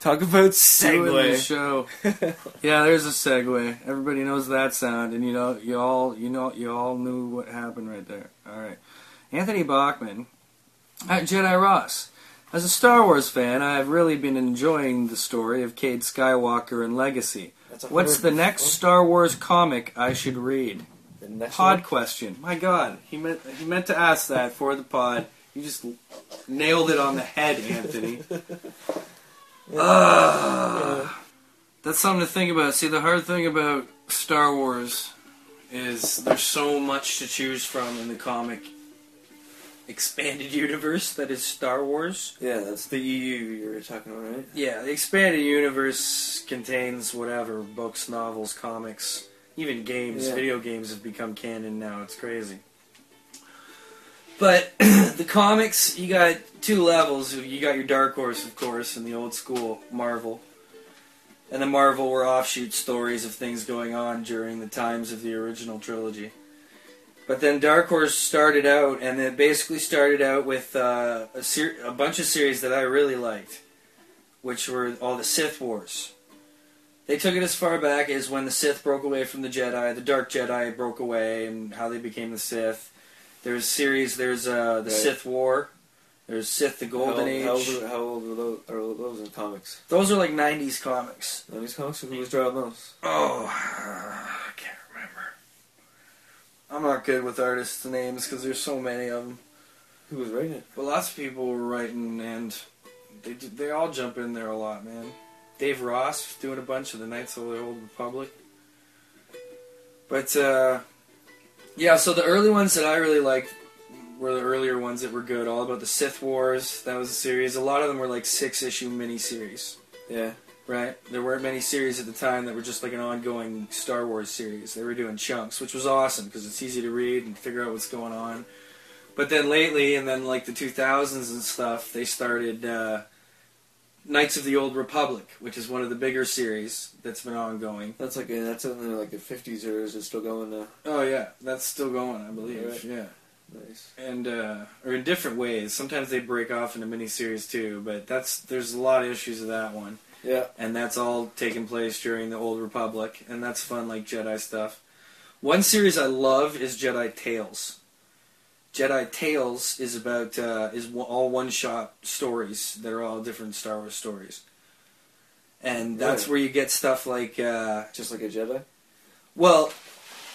Speaker 1: Talk about
Speaker 4: doing the
Speaker 1: Segway.
Speaker 4: show. yeah, there's a segue. Everybody knows that sound, and you know, you all, you know, you all knew what happened right there. All right, Anthony Bachman at Jedi Ross. As a Star Wars fan, I have really been enjoying the story of Cade Skywalker and Legacy.
Speaker 1: That's a
Speaker 4: What's the
Speaker 1: hundred-
Speaker 4: next Star Wars comic I should read?
Speaker 1: The next
Speaker 4: Pod
Speaker 1: one?
Speaker 4: question. My God, he meant he meant to ask that for the pod. You just nailed it on the head, Anthony. Ah. that's something to think about. See, the hard thing about Star Wars is there's so much to choose from in the comic expanded universe that is Star Wars.
Speaker 1: Yeah, that's the EU you were talking about, right?
Speaker 4: Yeah, the expanded universe contains whatever books, novels, comics, even games,
Speaker 1: Yeah.
Speaker 4: video games have become canon now. It's crazy. But the comics, you got two levels. You got your Dark Horse, of course, and the old school Marvel. And the Marvel were offshoot stories of things going on during the times of the original trilogy. But then Dark Horse started out, and it basically started out with uh, a, ser- a bunch of series that I really liked which were all the Sith Wars. They took it as far back as when the Sith broke away from the Jedi, the Dark Jedi broke away, and how they became the Sith. There's series, there's uh, the
Speaker 1: Right.
Speaker 4: Sith War, there's Sith the Golden Age.
Speaker 1: how, Old, how old were those, are those in comics?
Speaker 4: Those are like 90s comics.
Speaker 1: Now these comics, who was drawing those?
Speaker 4: Oh, I can't remember. I'm not good with artists' names because there's so many of them.
Speaker 1: Who was writing it?
Speaker 4: But lots of people were writing, and they ju- they all jump in there a lot, man. Dave Ross doing a bunch of the Knights of the Old Republic. But uh, yeah, so the early ones that I really liked were the earlier ones that were good. All about the Sith Wars. That was a series. A lot of them were like six issue miniseries,
Speaker 1: Yeah.
Speaker 4: right? There weren't many series at the time that were just like an ongoing Star Wars series. They were doing chunks, which was awesome because it's easy to read and figure out what's going on. But then lately, and then like the 2000s and stuff, they started uh, Knights of the Old Republic, which is one of the bigger series that's been ongoing.
Speaker 1: That's like a, that's in the like the fifties or is it still going now?
Speaker 4: Oh yeah, that's still going, I believe.
Speaker 1: Right.
Speaker 4: Yeah,
Speaker 1: Nice.
Speaker 4: and uh, or in different ways. Sometimes they break off into miniseries too, but that's there's a lot of issues with that one.
Speaker 1: Yeah.
Speaker 4: and that's all taking place during the Old Republic, and that's fun, like Jedi stuff. One series I love is Jedi Tales. Jedi Tales is about uh, is one- all one shot stories that are all different Star Wars stories, and that's
Speaker 1: Really?
Speaker 4: where you get stuff like uh,
Speaker 1: Just like a Jedi?
Speaker 4: well,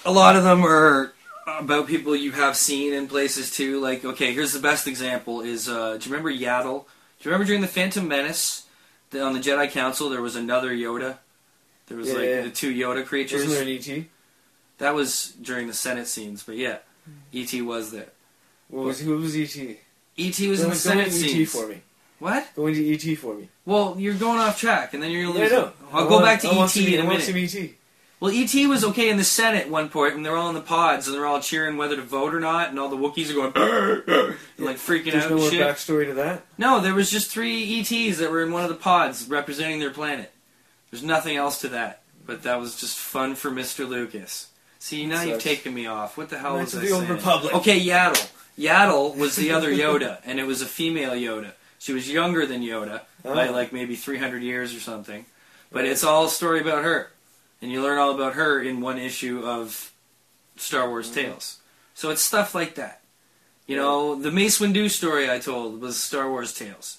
Speaker 4: a lot of them are about people you have seen in places too. Like, okay, here's the best example: is uh, do you remember Yaddle? Do you remember during the Phantom Menace the, on the Jedi Council there was another Yoda? There was
Speaker 1: Yeah,
Speaker 4: like
Speaker 1: yeah.
Speaker 4: the two Yoda creatures.
Speaker 1: Isn't there an E. T?
Speaker 4: That was during the Senate scenes, but yeah,
Speaker 1: Hmm.
Speaker 4: E.T. was there.
Speaker 1: What was who was E. T?
Speaker 4: E.T. was in the Senate scenes.
Speaker 1: E. T for me.
Speaker 4: What?
Speaker 1: Go into E. T for me.
Speaker 4: Well, you're going off track, and then you're
Speaker 1: Yeah, I
Speaker 4: losing.
Speaker 1: know.
Speaker 4: I'll
Speaker 1: I
Speaker 4: go
Speaker 1: want-
Speaker 4: back to
Speaker 1: I want
Speaker 4: E.T.
Speaker 1: be-
Speaker 4: in a
Speaker 1: I want
Speaker 4: minute.
Speaker 1: some E. T.
Speaker 4: Well, ET was okay in the Senate at one point, and they're all in the pods, and they're all cheering whether to vote or not, and all the Wookiees are going "Arr, arr," and, like freaking
Speaker 1: There's
Speaker 4: out.
Speaker 1: no
Speaker 4: and
Speaker 1: more
Speaker 4: shit.
Speaker 1: backstory to that.
Speaker 4: No, there was just three ETs that were in one of the pods representing their planet. There's nothing else to that, but that was just fun for Mr. Lucas. See, now you've
Speaker 1: Sucks.
Speaker 4: taken me off. What the hell
Speaker 1: Knights
Speaker 4: was
Speaker 1: of
Speaker 4: I
Speaker 1: the Old
Speaker 4: saying?
Speaker 1: Republic.
Speaker 4: Okay, Yaddle. Yaddle was the other Yoda, and it was a female Yoda. She was younger than Yoda by
Speaker 1: Oh.
Speaker 4: like maybe 300 years or something, but it's all a story about her. and you learn all about her in one issue of Star Wars
Speaker 1: Mm-hmm.
Speaker 4: Tales. So it's stuff like that. You know, the Mace Windu story I told was Star Wars Tales.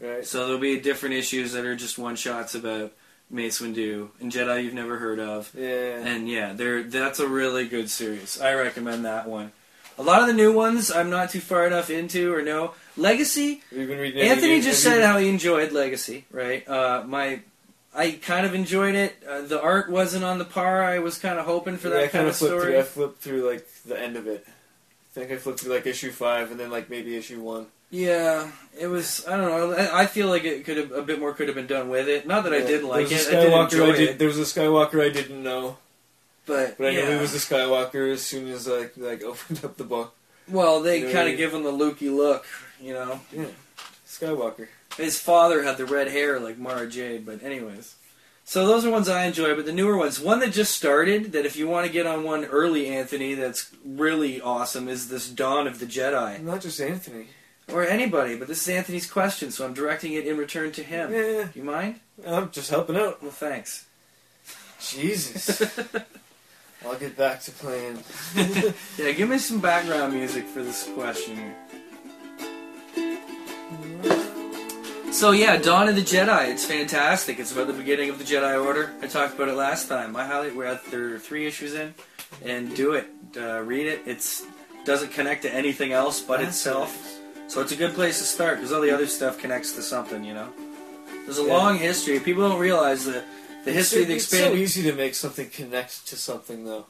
Speaker 1: Right.
Speaker 4: So there'll be different issues that are just one shots about Mace Windu and Jedi you've never heard of.
Speaker 1: Yeah.
Speaker 4: And yeah, there that's a really good series. I recommend that one. A lot of the new ones I'm not too far enough into or no. Legacy,
Speaker 1: We've been reading.
Speaker 4: Anthony just said how he enjoyed Legacy, right? Uh, my, I kind of enjoyed it. Uh, the art wasn't on the par I was kind of hoping for that
Speaker 1: I
Speaker 4: kind, of
Speaker 1: flipped
Speaker 4: story.
Speaker 1: Through, I flipped through like the end of it. I think I flipped through like issue five and then like maybe issue one.
Speaker 4: Yeah, it was. I don't know. I, I feel like it could have a bit more could have been done with it. Not that I
Speaker 1: Yeah.
Speaker 4: didn't like
Speaker 1: There was
Speaker 4: it.
Speaker 1: a
Speaker 4: I did
Speaker 1: Skywalker
Speaker 4: enjoy
Speaker 1: did-
Speaker 4: it,
Speaker 1: There was a Skywalker I didn't know,
Speaker 4: but,
Speaker 1: but I
Speaker 4: yeah.
Speaker 1: knew he was a Skywalker as soon as I like opened up the book.
Speaker 4: well, they
Speaker 1: you know,
Speaker 4: kind
Speaker 1: you-
Speaker 4: of give him the Lukey look, you know.
Speaker 1: Skywalker.
Speaker 4: His father had the red hair like Mara Jade, but anyways. So those are ones I enjoy, but the newer ones, one that just started, that if you want to get on one early, Anthony, that's really awesome, is this Dawn of the Jedi.
Speaker 1: Not just Anthony.
Speaker 4: Or anybody, but this is Anthony's question, so I'm directing it in return to him. Do
Speaker 1: Yeah,
Speaker 4: you mind?
Speaker 1: I'm just helping out.
Speaker 4: Well, thanks.
Speaker 1: Jesus. I'll get back to playing.
Speaker 4: Yeah, give me some background music for this question here. So yeah, Dawn of the Jedi. It's fantastic. It's about the beginning of the Jedi Order. I talked about it last time. I highlight we're at there are three issues in, and do it. Uh, read it. It's doesn't connect to anything else but itself. So it's a good place to start because all the other stuff connects to something. You know, there's a
Speaker 1: Yeah.
Speaker 4: long history. People don't realize the the history of the
Speaker 1: It's so
Speaker 4: expanded.
Speaker 1: easy to make something connect to something though.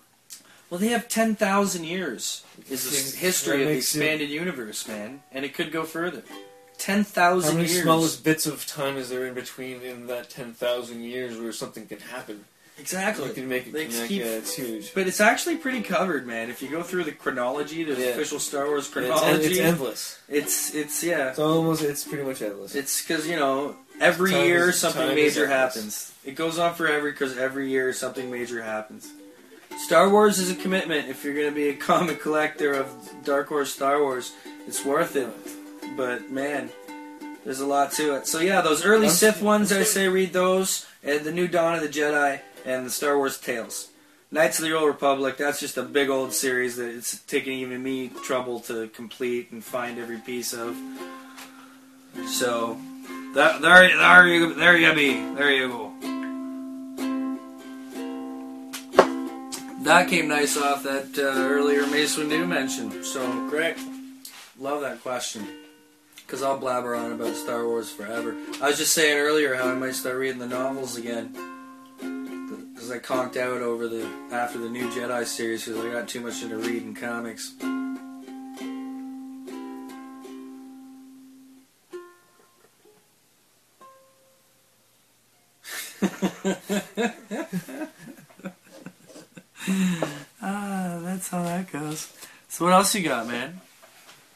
Speaker 4: Well, they have 10,000 years is the s-
Speaker 1: That
Speaker 4: history of the
Speaker 1: makes it-
Speaker 4: expanded universe, man. And it could go further.
Speaker 1: How
Speaker 4: 10,000
Speaker 1: many
Speaker 4: years.
Speaker 1: smallest bits of time is there in between in that ten thousand years where something can happen?
Speaker 4: Exactly.
Speaker 1: You can make it
Speaker 4: They
Speaker 1: connect.
Speaker 4: keep-
Speaker 1: Yeah, it's huge.
Speaker 4: But it's actually pretty covered, man. If you go through the chronology, the
Speaker 1: Yeah.
Speaker 4: official Star
Speaker 1: It's,
Speaker 4: Wars
Speaker 1: en-
Speaker 4: chronology,
Speaker 1: it's endless.
Speaker 4: it's, it's, yeah.
Speaker 1: It's almost. It's pretty much endless.
Speaker 4: It's because, you know, every
Speaker 1: Time
Speaker 4: year
Speaker 1: is-
Speaker 4: something
Speaker 1: time is
Speaker 4: major
Speaker 1: endless.
Speaker 4: happens. It goes on forever because every year something major happens. Star Wars is a commitment. If you're going to be a comic collector of Dark Horse Star Wars, it's worth it. but man, there's a lot to it. So yeah, those early
Speaker 1: I'm-
Speaker 4: Sith ones,
Speaker 1: I'm
Speaker 4: I
Speaker 1: still-
Speaker 4: say read those, and the New Dawn of the Jedi, and the Star Wars Tales. Knights of the Old Republic, that's just a big old series that it's taking even me trouble to complete and find every piece of. So, that, there, there, you, there you be. There you go. That came nice off that uh, earlier Mace Windu mention. So, great. Love that question. Because I'll blabber on about Star Wars forever. I was just saying earlier how I might start reading the novels again. Because I conked out over the after the new Jedi series because I got too much into reading comics. ah, that's how that goes. So what else you got, man?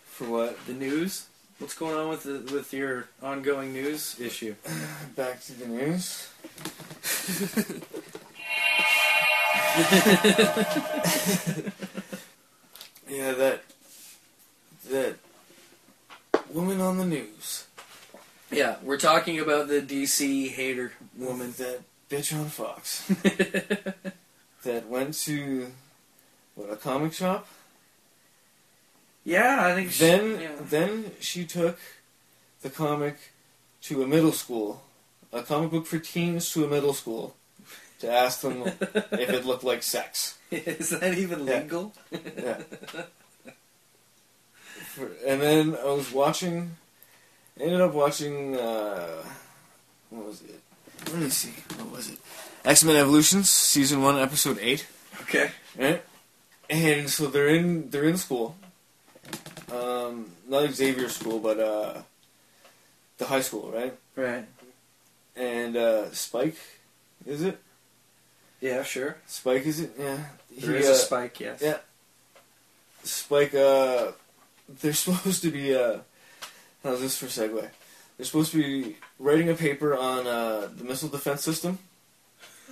Speaker 1: For what?
Speaker 4: The news? What's going on with the, with your ongoing news issue?
Speaker 1: Back to the news. yeah, that that woman on the news.
Speaker 4: Yeah, we're talking about the DC hater
Speaker 1: Woman, that bitch on Fox.
Speaker 4: yeah,
Speaker 1: that went to what a comic shop.
Speaker 4: I think she,
Speaker 1: Then
Speaker 4: yeah.
Speaker 1: then she took the comic to a middle school, a comic book for teens to a middle school, to ask them if it looked like sex.
Speaker 4: is that even
Speaker 1: Yeah.
Speaker 4: legal?
Speaker 1: Yeah. For- and then I was watching. Ended up watching. Uh, what was it? Let me see. What was it? X Men Evolutions, season one, episode eight.
Speaker 4: Okay.
Speaker 1: Right? And so they're in they're in school. Um, not Xavier School, but uh, the high school, right?
Speaker 4: Right.
Speaker 1: And uh, Spike, is it?
Speaker 4: Yeah, sure.
Speaker 1: Spike is it? Yeah.
Speaker 4: There
Speaker 1: He,
Speaker 4: is
Speaker 1: uh,
Speaker 4: a spike, yes.
Speaker 1: yeah. Spike. Uh, they're supposed to be. Uh, how's this for a segue? They're supposed to be writing a paper on uh, the missile defense system,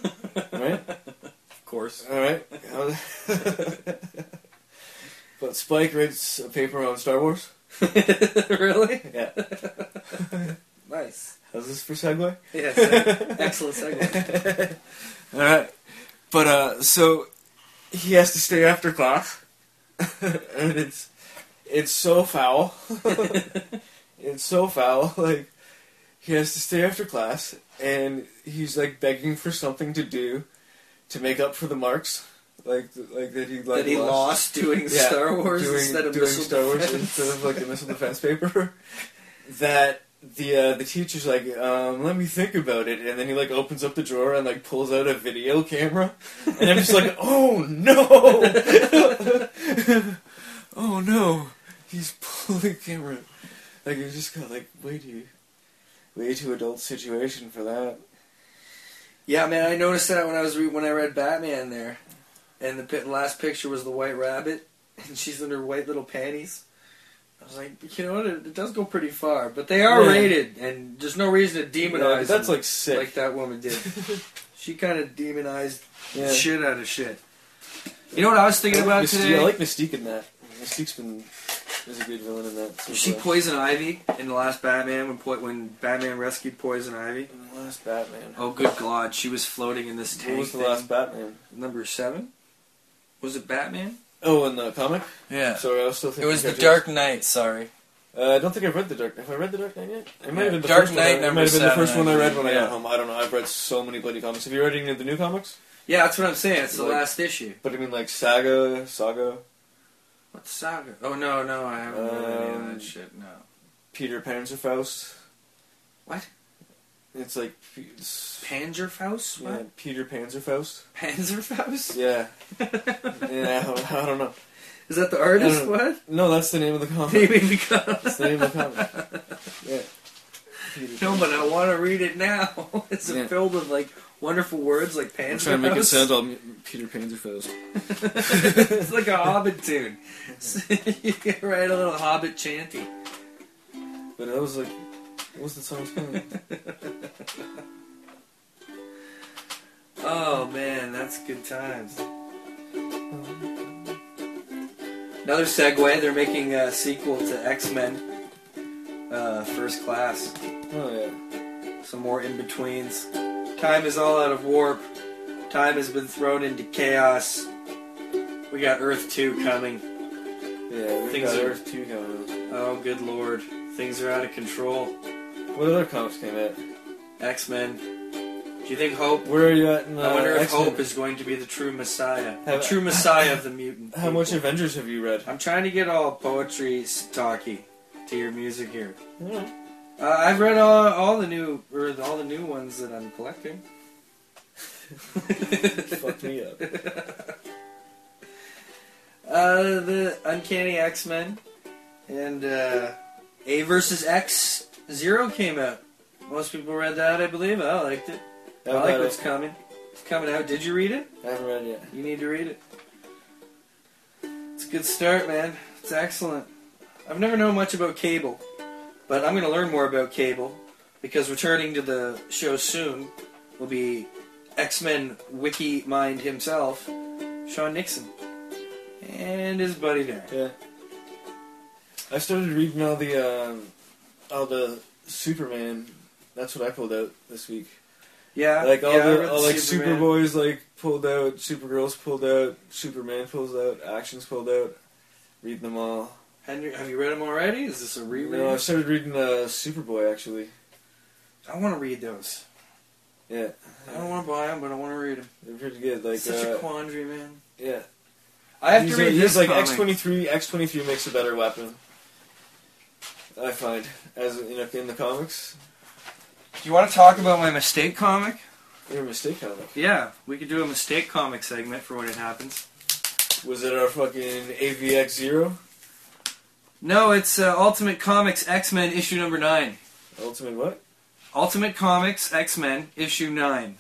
Speaker 1: right?
Speaker 4: Of course.
Speaker 1: All right. but Spike writes a paper on Star Wars.
Speaker 4: really?
Speaker 1: Yeah.
Speaker 4: Nice.
Speaker 1: How's this for segue?
Speaker 4: Yes. Excellent segue.
Speaker 1: All right. But uh, so he has to stay after class, and it's it's so foul. it's so foul. Like he has to stay after class, and he's like begging for something to do to make up for the marks, like like that he like
Speaker 4: that he lost doing
Speaker 1: Yeah,
Speaker 4: Star Wars
Speaker 1: doing,
Speaker 4: instead of
Speaker 1: doing
Speaker 4: Missile
Speaker 1: Star Wars
Speaker 4: Defense.
Speaker 1: instead of like the missile defense paper. That the uh, the teacher's like, um, let me think about it, and then he like opens up the drawer and like pulls out a video camera, and I'm just like, oh no, oh no, he's pulling the camera. Like it just got like way too, way too adult situation for that.
Speaker 4: Yeah, man, I noticed that when I was re- when I read Batman there, and the pi- last picture was the White Rabbit, and she's in her white little panties. I was like, you know what? It, it does go pretty far, but they are
Speaker 1: Yeah.
Speaker 4: rated, and there's no reason to demonize.
Speaker 1: Yeah, but that's
Speaker 4: them
Speaker 1: like sick.
Speaker 4: like that woman did. she kind of demonized
Speaker 1: yeah.
Speaker 4: the shit out of shit. You know what I was thinking about
Speaker 1: Mystique,
Speaker 4: today?
Speaker 1: I like Mystique in that. Mystique's been is a good villain in that. so
Speaker 4: she
Speaker 1: far.
Speaker 4: Poison Ivy in the last Batman when po- when Batman rescued Poison Ivy.
Speaker 1: In the last Batman.
Speaker 4: Oh, good God! She was floating in this tank.
Speaker 1: What was the
Speaker 4: thing.
Speaker 1: last Batman?
Speaker 4: number seven? Was it Batman?
Speaker 1: Oh, in the comic.
Speaker 5: Yeah.
Speaker 1: Sorry, I was still thinking.
Speaker 5: It was the
Speaker 1: cartoons.
Speaker 5: Dark Knight. Sorry.
Speaker 1: Uh, I don't think I've read the Dark. Have I read the Dark Knight yet? It might
Speaker 5: Yeah,
Speaker 1: have been the
Speaker 5: Dark
Speaker 1: first
Speaker 5: Knight
Speaker 1: one. I, it
Speaker 5: number
Speaker 1: might have been the
Speaker 5: seven,
Speaker 1: first one
Speaker 5: I
Speaker 1: I read
Speaker 5: believe,
Speaker 1: when I
Speaker 5: yeah.
Speaker 1: got home. I don't know. I've read so many bloody comics. Have you read any of the new comics?
Speaker 4: Yeah, that's what I'm saying. It's the
Speaker 1: Like-
Speaker 4: last issue.
Speaker 1: But I mean, like Saga, Saga,
Speaker 4: What saga? Oh no, no, I haven't read any of
Speaker 1: Um,
Speaker 4: that shit. No.
Speaker 1: Peter Panzerfaust.
Speaker 4: What?
Speaker 1: It's like P- it's-
Speaker 4: Panzerfaust?
Speaker 1: yeah,
Speaker 4: What?
Speaker 1: Peter Panzerfaust.
Speaker 4: Panzerfaust?
Speaker 1: Yeah. yeah. I don't, I don't know.
Speaker 4: Is that the artist?
Speaker 1: Uh,
Speaker 4: What?
Speaker 1: No, that's the name of the comic.
Speaker 4: Maybe because.
Speaker 1: that's the name of the comic. Yeah. Peter
Speaker 4: No, but I want to read it now. It's
Speaker 1: Yeah.
Speaker 4: filled with like wonderful words like Panzerfaust.
Speaker 1: I'm trying to make it sound all Peter Panzerfaust.
Speaker 4: it's like a Hobbit tune. you can write a little Hobbit chanty.
Speaker 1: But I was like, what was the song playing?
Speaker 4: Oh man, that's good times. Another segue. They're making a sequel to X Men, uh, First Class.
Speaker 1: oh yeah.
Speaker 4: Some more in betweens. Time is all out of warp. Time has been thrown into chaos. We got Earth Two coming.
Speaker 1: Yeah, we
Speaker 4: Things
Speaker 1: got
Speaker 4: are-
Speaker 1: Earth 2 coming out.
Speaker 4: Oh good lord, things are out of control.
Speaker 1: What other comics came out?
Speaker 4: X Men. Do you think Hope?
Speaker 1: Where are you at in uh,
Speaker 4: I wonder if
Speaker 1: X-Men?
Speaker 4: Hope is going to be the true Messiah, the
Speaker 1: Have-
Speaker 4: true Messiah of the mutant.
Speaker 1: How much
Speaker 4: people.
Speaker 1: Avengers have you read?
Speaker 4: I'm trying to get all poetry talkie to your music here. Uh, I've read all, all the new or all the new ones that I'm collecting.
Speaker 1: Fucked me up.
Speaker 4: Uh, the Uncanny X Men and uh, A versus X Zero came out. Most people read that, I believe. I liked it. I
Speaker 1: I've
Speaker 4: like
Speaker 1: read
Speaker 4: what's
Speaker 1: it.
Speaker 4: coming. It's coming out. Did you read it?
Speaker 1: I haven't read it yet.
Speaker 4: You need to read it. It's a good start, man. It's excellent. I've never known much about cable, but I'm going to learn more about cable because returning to the show soon will be X Men Wiki Mind himself, Sean Nixon, and his buddy Darren.
Speaker 1: Yeah. I started reading all the um, all the Superman. That's what I pulled out this week.
Speaker 4: Yeah,
Speaker 1: Like all
Speaker 4: yeah, I read
Speaker 1: the all, like
Speaker 4: Superman.
Speaker 1: Superboys like pulled out, Supergirls pulled out, Superman pulls out, Actions pulled out. Reading them all.
Speaker 4: Have you, have you read them already? Is this a reread?
Speaker 1: No, I started reading uh, Superboy actually.
Speaker 4: I want to read those.
Speaker 1: Yeah,
Speaker 4: I don't want to buy them, but I want to read them.
Speaker 1: they're pretty good. Like,
Speaker 4: Such
Speaker 1: uh,
Speaker 4: a quandary, man.
Speaker 1: yeah,
Speaker 4: I have
Speaker 1: He's
Speaker 4: to read
Speaker 1: a- he's
Speaker 4: this
Speaker 1: like
Speaker 4: comic.
Speaker 1: X twenty three. X twenty three makes a better weapon. I find as you know in the comics,
Speaker 4: Do you want to talk about my mistake comic?
Speaker 1: your mistake comic
Speaker 4: Yeah, we could do a mistake comic segment for when it happens.
Speaker 1: was it our fucking AVX zero
Speaker 4: No, it's uh, Ultimate Comics X Men issue number nine.
Speaker 1: ultimate what?
Speaker 4: Ultimate Comics X Men issue nine.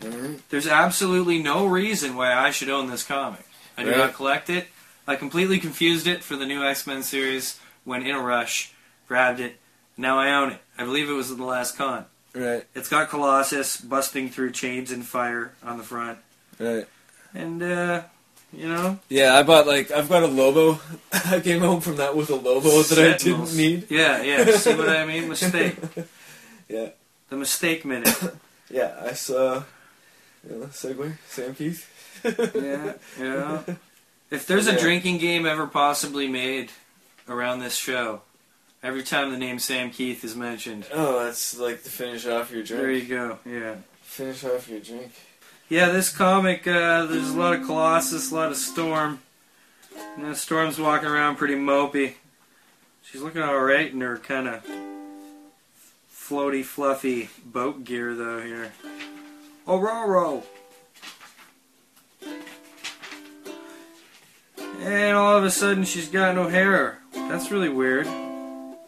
Speaker 1: Mhm.
Speaker 4: There's absolutely no reason why I should own this comic. I do
Speaker 1: Right.
Speaker 4: not collect it. I completely confused it for the new X Men series when in a rush, grabbed it. Now I own it. I believe it was in the last con.
Speaker 1: Right,
Speaker 4: It's got Colossus busting through chains and fire on the front,
Speaker 1: right.
Speaker 4: and uh, you know
Speaker 1: Yeah, I bought like I've got a Lobo. I came home from that with a Lobo that I didn't
Speaker 4: Sentinels.
Speaker 1: need.
Speaker 4: Yeah, yeah. See what I mean? Mistake.
Speaker 1: Yeah.
Speaker 4: The mistake minute.
Speaker 1: Yeah, I saw. Yeah, segue. Sam Keith.
Speaker 4: yeah, yeah. If there's a
Speaker 1: Yeah.
Speaker 4: drinking game ever possibly made around this show, every time the name Sam Keith is mentioned,
Speaker 1: Oh, that's like to finish off your
Speaker 4: there
Speaker 1: drink.
Speaker 4: you go. Yeah.
Speaker 1: Finish off your drink.
Speaker 4: Yeah, this comic, uh, there's a lot of Colossus, a lot of Storm. And then Storm's walking around pretty mopey. She's looking alright in her kind of floaty, fluffy boat gear, though, here. Ororo! And all of a sudden, she's got no hair. That's really weird. Did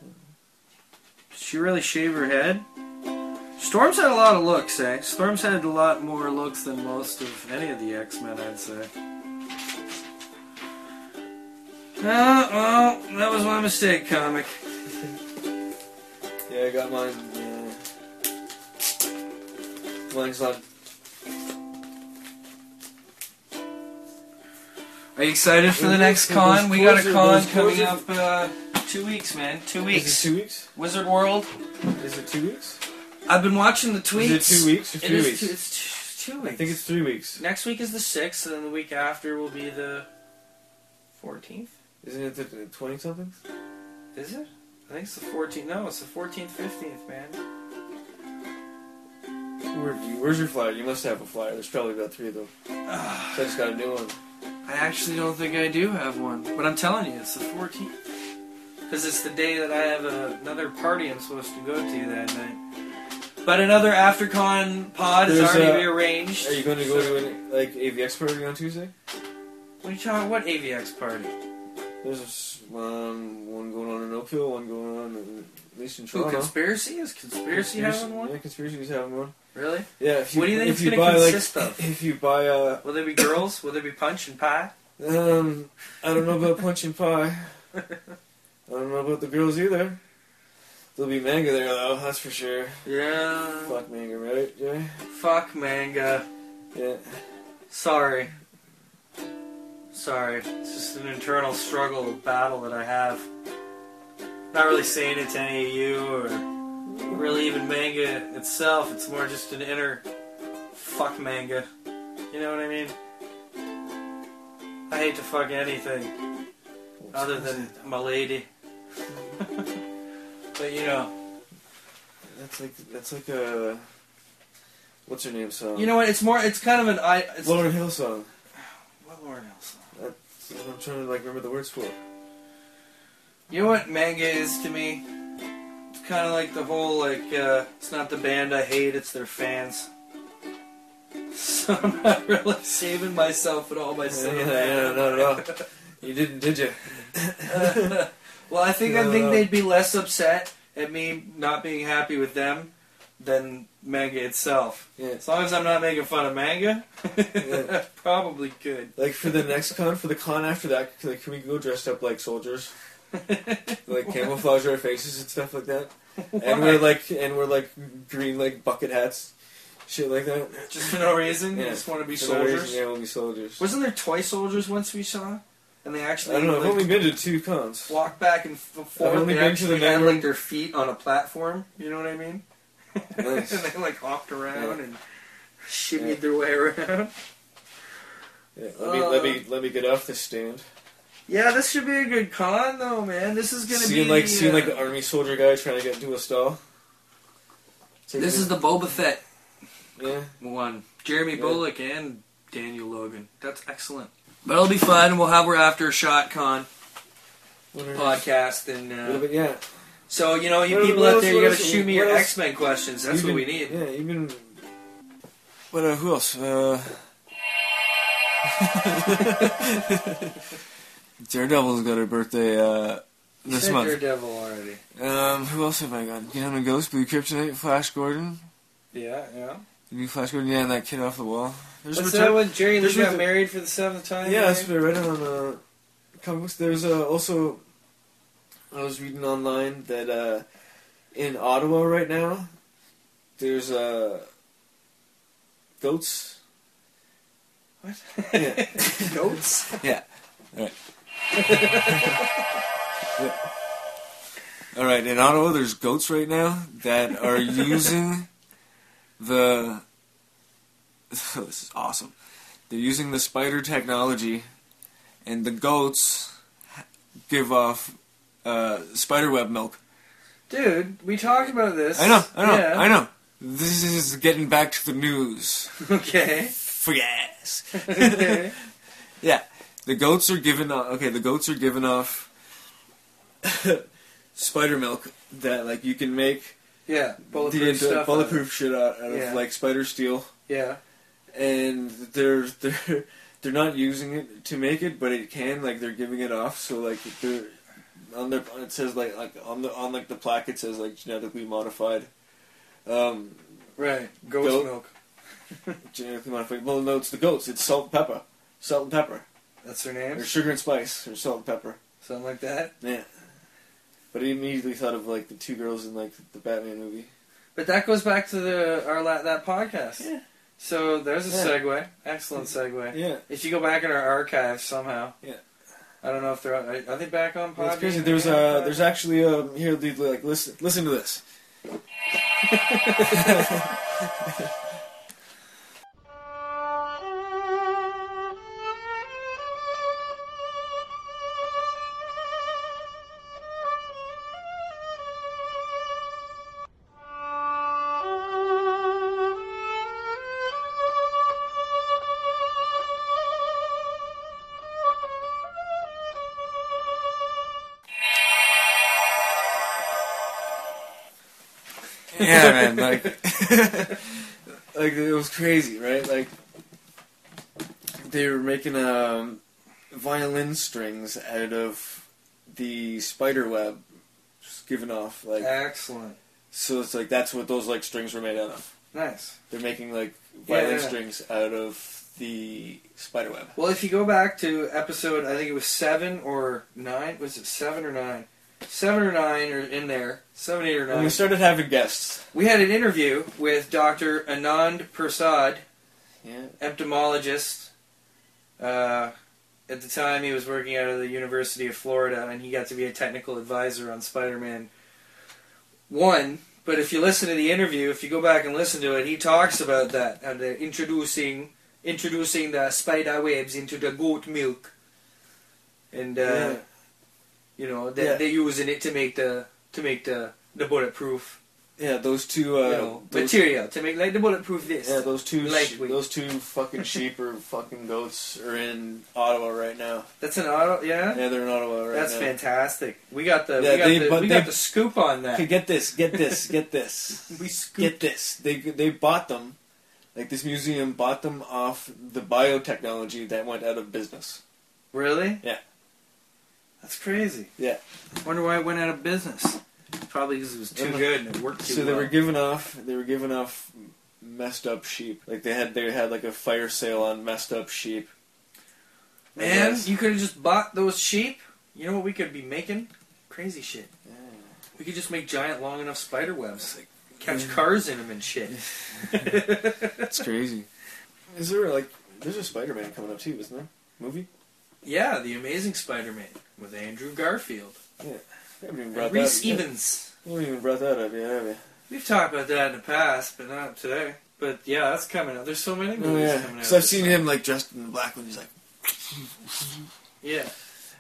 Speaker 4: she really shave her head? Storm's had a lot of looks, eh? Storm's had a lot more looks than most of any of the X Men, I'd say. Uh, well, that was my mistake, comic.
Speaker 1: Yeah, I got mine. Yeah. Mine's not.
Speaker 4: Are you excited for the next
Speaker 1: Those-
Speaker 4: con?
Speaker 1: those
Speaker 4: We got a
Speaker 1: closure-
Speaker 4: con
Speaker 1: those
Speaker 4: coming
Speaker 1: closure-
Speaker 4: up uh, two weeks, man. Two
Speaker 1: Is
Speaker 4: weeks.
Speaker 1: it two weeks?
Speaker 4: Wizard World.
Speaker 1: Is it two weeks?
Speaker 4: I've been watching the tweets.
Speaker 1: Is it two weeks or
Speaker 4: It
Speaker 1: three
Speaker 4: is
Speaker 1: weeks?
Speaker 4: two, it's two, two
Speaker 1: I
Speaker 4: weeks.
Speaker 1: think it's three weeks.
Speaker 4: next week is the sixth, and then the week after will be the fourteenth.
Speaker 1: Isn't it the twenty something?
Speaker 4: Is it? I think it's the 14th. No, it's the 14th, 15th, man.
Speaker 1: Where, where's your flyer? You must have a flyer. There's probably about three of them.
Speaker 4: Ah.
Speaker 1: so I just got a new one.
Speaker 4: I actually don't think I do have one. But I'm telling you, it's the 14th. Because it's the day that I have a, another party I'm supposed to go to that night. But another AfterCon pod is
Speaker 1: There's
Speaker 4: already
Speaker 1: a-
Speaker 4: rearranged.
Speaker 1: Are you going to go to an, like AVX party on Tuesday?
Speaker 4: What are you talking What AVX party?
Speaker 1: There's a s um, one going on in Oakville, one going on in, at least in
Speaker 4: Who,
Speaker 1: Toronto.
Speaker 4: conspiracy? Is conspiracy, having one?
Speaker 1: Yeah, conspiracy's having one.
Speaker 4: Really?
Speaker 1: Yeah. If you,
Speaker 4: What do you think
Speaker 1: if
Speaker 4: it's
Speaker 1: you
Speaker 4: gonna
Speaker 1: buy,
Speaker 4: consist
Speaker 1: like,
Speaker 4: of?
Speaker 1: If you buy uh,
Speaker 4: Will there be girls? Will there be punch and pie?
Speaker 1: um, I don't know about punch and pie. I don't know about the girls either. There'll be manga there though, that's for sure.
Speaker 4: Yeah.
Speaker 1: Fuck manga, right, Jay?
Speaker 4: Fuck manga.
Speaker 1: Yeah.
Speaker 4: Sorry. Sorry. It's just an internal struggle, a battle that I have. Not really saying it to any of you or really even manga itself. It's more just an inner fuck manga. You know what I mean? I hate to fuck anything other than my lady. but you know.
Speaker 1: that's like that's like a what's her name song?
Speaker 4: You know what? It's more, it's kind of an I. It's,
Speaker 1: Lauren Hill song.
Speaker 4: what Lauren Hill song?
Speaker 1: That's what I'm trying to like remember the words for.
Speaker 4: You know what manga is to me? It's kind of like the whole like uh, it's not the band I hate, it's their fans. So I'm not really saving myself at all by
Speaker 1: Yeah,
Speaker 4: saying
Speaker 1: yeah,
Speaker 4: that.
Speaker 1: not at all. You didn't, did you?
Speaker 4: Well, I think I
Speaker 1: No,
Speaker 4: think
Speaker 1: no.
Speaker 4: they'd be less upset at me not being happy with them than manga itself.
Speaker 1: Yeah.
Speaker 4: As long as I'm not making fun of manga,
Speaker 1: Yeah.
Speaker 4: probably good.
Speaker 1: Like for the next con, for the con after that, can, like, can we go dressed up like soldiers, like camouflage our faces and stuff like that? And we're like, and we're like green like bucket hats, shit like that.
Speaker 4: Just for no reason, you
Speaker 1: Yeah.
Speaker 4: just want to be
Speaker 1: For no reason,
Speaker 4: soldiers.
Speaker 1: Yeah, we'll be soldiers.
Speaker 4: Wasn't there toy soldiers once we saw? And they
Speaker 1: I
Speaker 4: actually
Speaker 1: don't know. I've
Speaker 4: like,
Speaker 1: only been to two cons.
Speaker 4: walk back and f- forth.
Speaker 1: only
Speaker 4: they
Speaker 1: been to the
Speaker 4: actually had,
Speaker 1: network-
Speaker 4: like their feet on a platform. You know what I mean?
Speaker 1: Nice.
Speaker 4: and they like hopped around
Speaker 1: Yeah.
Speaker 4: and shimmied
Speaker 1: Yeah.
Speaker 4: their way around.
Speaker 1: Yeah, let me let me let me get off this stand.
Speaker 4: Yeah, this should be a good con though, man. This is gonna
Speaker 1: Seeing
Speaker 4: be
Speaker 1: like
Speaker 4: the,
Speaker 1: seeing
Speaker 4: uh,
Speaker 1: like the army soldier guy trying to get into a stall.
Speaker 4: this is the Boba Fett
Speaker 1: yeah.
Speaker 4: one. Jeremy
Speaker 1: Yeah.
Speaker 4: Bullock and Daniel Logan. That's excellent. But it'll be fun. We'll have our after shot con
Speaker 1: What are-
Speaker 4: podcast and.
Speaker 1: Yeah,
Speaker 4: Uh,
Speaker 1: but yeah,
Speaker 4: so you know, you
Speaker 1: What-
Speaker 4: people
Speaker 1: what
Speaker 4: out
Speaker 1: else-
Speaker 4: there, you
Speaker 1: what
Speaker 4: gotta
Speaker 1: else-
Speaker 4: shoot me
Speaker 1: what
Speaker 4: your
Speaker 1: else-
Speaker 4: X Men questions. That's what
Speaker 1: You've
Speaker 4: we
Speaker 1: been-
Speaker 4: need.
Speaker 1: Yeah, even. But uh, who else? Uh... Daredevil's got her birthday uh, this
Speaker 4: Said
Speaker 1: month.
Speaker 4: Daredevil already.
Speaker 1: Um, who else have I got? Gavin and Ghost, Blue Kryptonite, Flash Gordon.
Speaker 4: Yeah, yeah.
Speaker 1: The new Flash Gordon, yeah, and that kid off the wall. There's
Speaker 4: What's
Speaker 1: return-
Speaker 4: that when Jerry Lee
Speaker 1: there's
Speaker 4: got
Speaker 1: reti-
Speaker 4: married for the seventh time?
Speaker 1: Yeah,
Speaker 4: right?
Speaker 1: that's what I read on uh, comic books. There's uh, also I was reading online that uh, in Ottawa right now there's uh, goats. What? Yeah.
Speaker 4: goats.
Speaker 1: yeah. All right. All right. In Ottawa, there's goats right now that are using the this is awesome. They're using the spider technology, and the goats give off uh, spider web milk.
Speaker 4: Dude, we talked about this.
Speaker 1: I know, I know,
Speaker 4: Yeah.
Speaker 1: I know. This is getting back to the news.
Speaker 4: Okay.
Speaker 1: For yes.
Speaker 4: Okay.
Speaker 1: Yeah, the goats are given off. Okay, the goats are given off spider milk that like you can make
Speaker 4: yeah. Bulletproof
Speaker 1: the
Speaker 4: stuff.
Speaker 1: bulletproof shit out, out
Speaker 4: Yeah.
Speaker 1: of like spider steel,
Speaker 4: Yeah.
Speaker 1: and they're they're they're not using it to make it, but it can like they're giving it off. So like they're on their it says like like on the on like the plaque it says like genetically modified. Um,
Speaker 4: Right. Goat's
Speaker 1: Goat.
Speaker 4: milk.
Speaker 1: genetically modified. Well, no, it's the goats. It's salt and pepper, salt and pepper,
Speaker 4: That's her name.
Speaker 1: or sugar and spice, or salt and pepper.
Speaker 4: Something like that.
Speaker 1: Yeah. But I immediately thought of like the two girls in like the Batman movie.
Speaker 4: But that goes back to the our la- that podcast.
Speaker 1: Yeah.
Speaker 4: So there's a
Speaker 1: Yeah.
Speaker 4: segue. Excellent segue.
Speaker 1: Yeah.
Speaker 4: If you go back in our archives somehow.
Speaker 1: Yeah.
Speaker 4: I don't know if they're are, are they back on podcast.
Speaker 1: Well, it's crazy. There's uh, there's actually um here dude like listen listen to this. Yeah, man. Like, like it was crazy, right? Like they were making um violin strings out of the spider web just given off like
Speaker 4: Uh, excellent.
Speaker 1: so it's like that's what those like strings were made out of
Speaker 4: Nice.
Speaker 1: they're making like violin
Speaker 4: Yeah.
Speaker 1: strings out of the spider web
Speaker 4: Well, if you go back to episode, I think it was seven or nine. Was it seven or nine? Seven or nine, or in there, seven, eight, or
Speaker 1: And
Speaker 4: nine.
Speaker 1: we started having guests.
Speaker 4: We had an interview with Dr. Anand Prasad,
Speaker 1: Yeah.
Speaker 4: entomologist. Uh, at the time, he was working out of the University of Florida, and he got to be a technical advisor on Spider-Man One. But if you listen to the interview, if you go back and listen to it, he talks about that how they're introducing introducing the spider webs into the goat milk, and uh,
Speaker 1: Yeah.
Speaker 4: you know that
Speaker 1: Yeah.
Speaker 4: they're using it to make the to make the the bulletproof
Speaker 1: Yeah, those two. Uh,
Speaker 4: you know,
Speaker 1: those,
Speaker 4: material to make like the bulletproof this.
Speaker 1: Yeah, those two. Sh-
Speaker 4: Lightweight.
Speaker 1: those two fucking sheep or fucking goats are in Ottawa right now.
Speaker 4: That's an auto, yeah.
Speaker 1: Yeah, they're in Ottawa right
Speaker 4: That's
Speaker 1: now.
Speaker 4: fantastic. We got the
Speaker 1: Yeah,
Speaker 4: we got,
Speaker 1: they-
Speaker 4: the,
Speaker 1: but
Speaker 4: we got
Speaker 1: they-
Speaker 4: the scoop on that.
Speaker 1: Okay, get this, get this, get this.
Speaker 4: We
Speaker 1: get this. They they bought them. Like this museum bought them off the biotechnology that went out of business.
Speaker 4: Really?
Speaker 1: Yeah.
Speaker 4: That's crazy.
Speaker 1: Yeah.
Speaker 4: Wonder why it went out of business. Probably because it was too
Speaker 1: Yeah.
Speaker 4: good and it worked too
Speaker 1: so they
Speaker 4: well.
Speaker 1: were giving off. They were giving off messed up sheep. Like they had they had like a fire sale on messed up sheep.
Speaker 4: Man,
Speaker 1: Yes.
Speaker 4: you could have just bought those sheep. You know what we could be making? Crazy shit. We could just make giant, long enough spider webs. Catch cars in them and shit.
Speaker 1: That's crazy. Is there like there's a Spider-Man coming up too, isn't there? Movie?
Speaker 4: yeah, the Amazing Spider-Man with Andrew Garfield,
Speaker 1: We haven't even
Speaker 4: and
Speaker 1: brought
Speaker 4: Reese
Speaker 1: that. up yet.
Speaker 4: Evans.
Speaker 1: We haven't even brought that up yet, have we?
Speaker 4: We've talked about that in the past, but not today. But yeah, that's coming out. There's so many
Speaker 1: Oh
Speaker 4: movies
Speaker 1: yeah,
Speaker 4: coming out.
Speaker 1: because I've seen him like dressed in black when he's like,
Speaker 4: Yeah,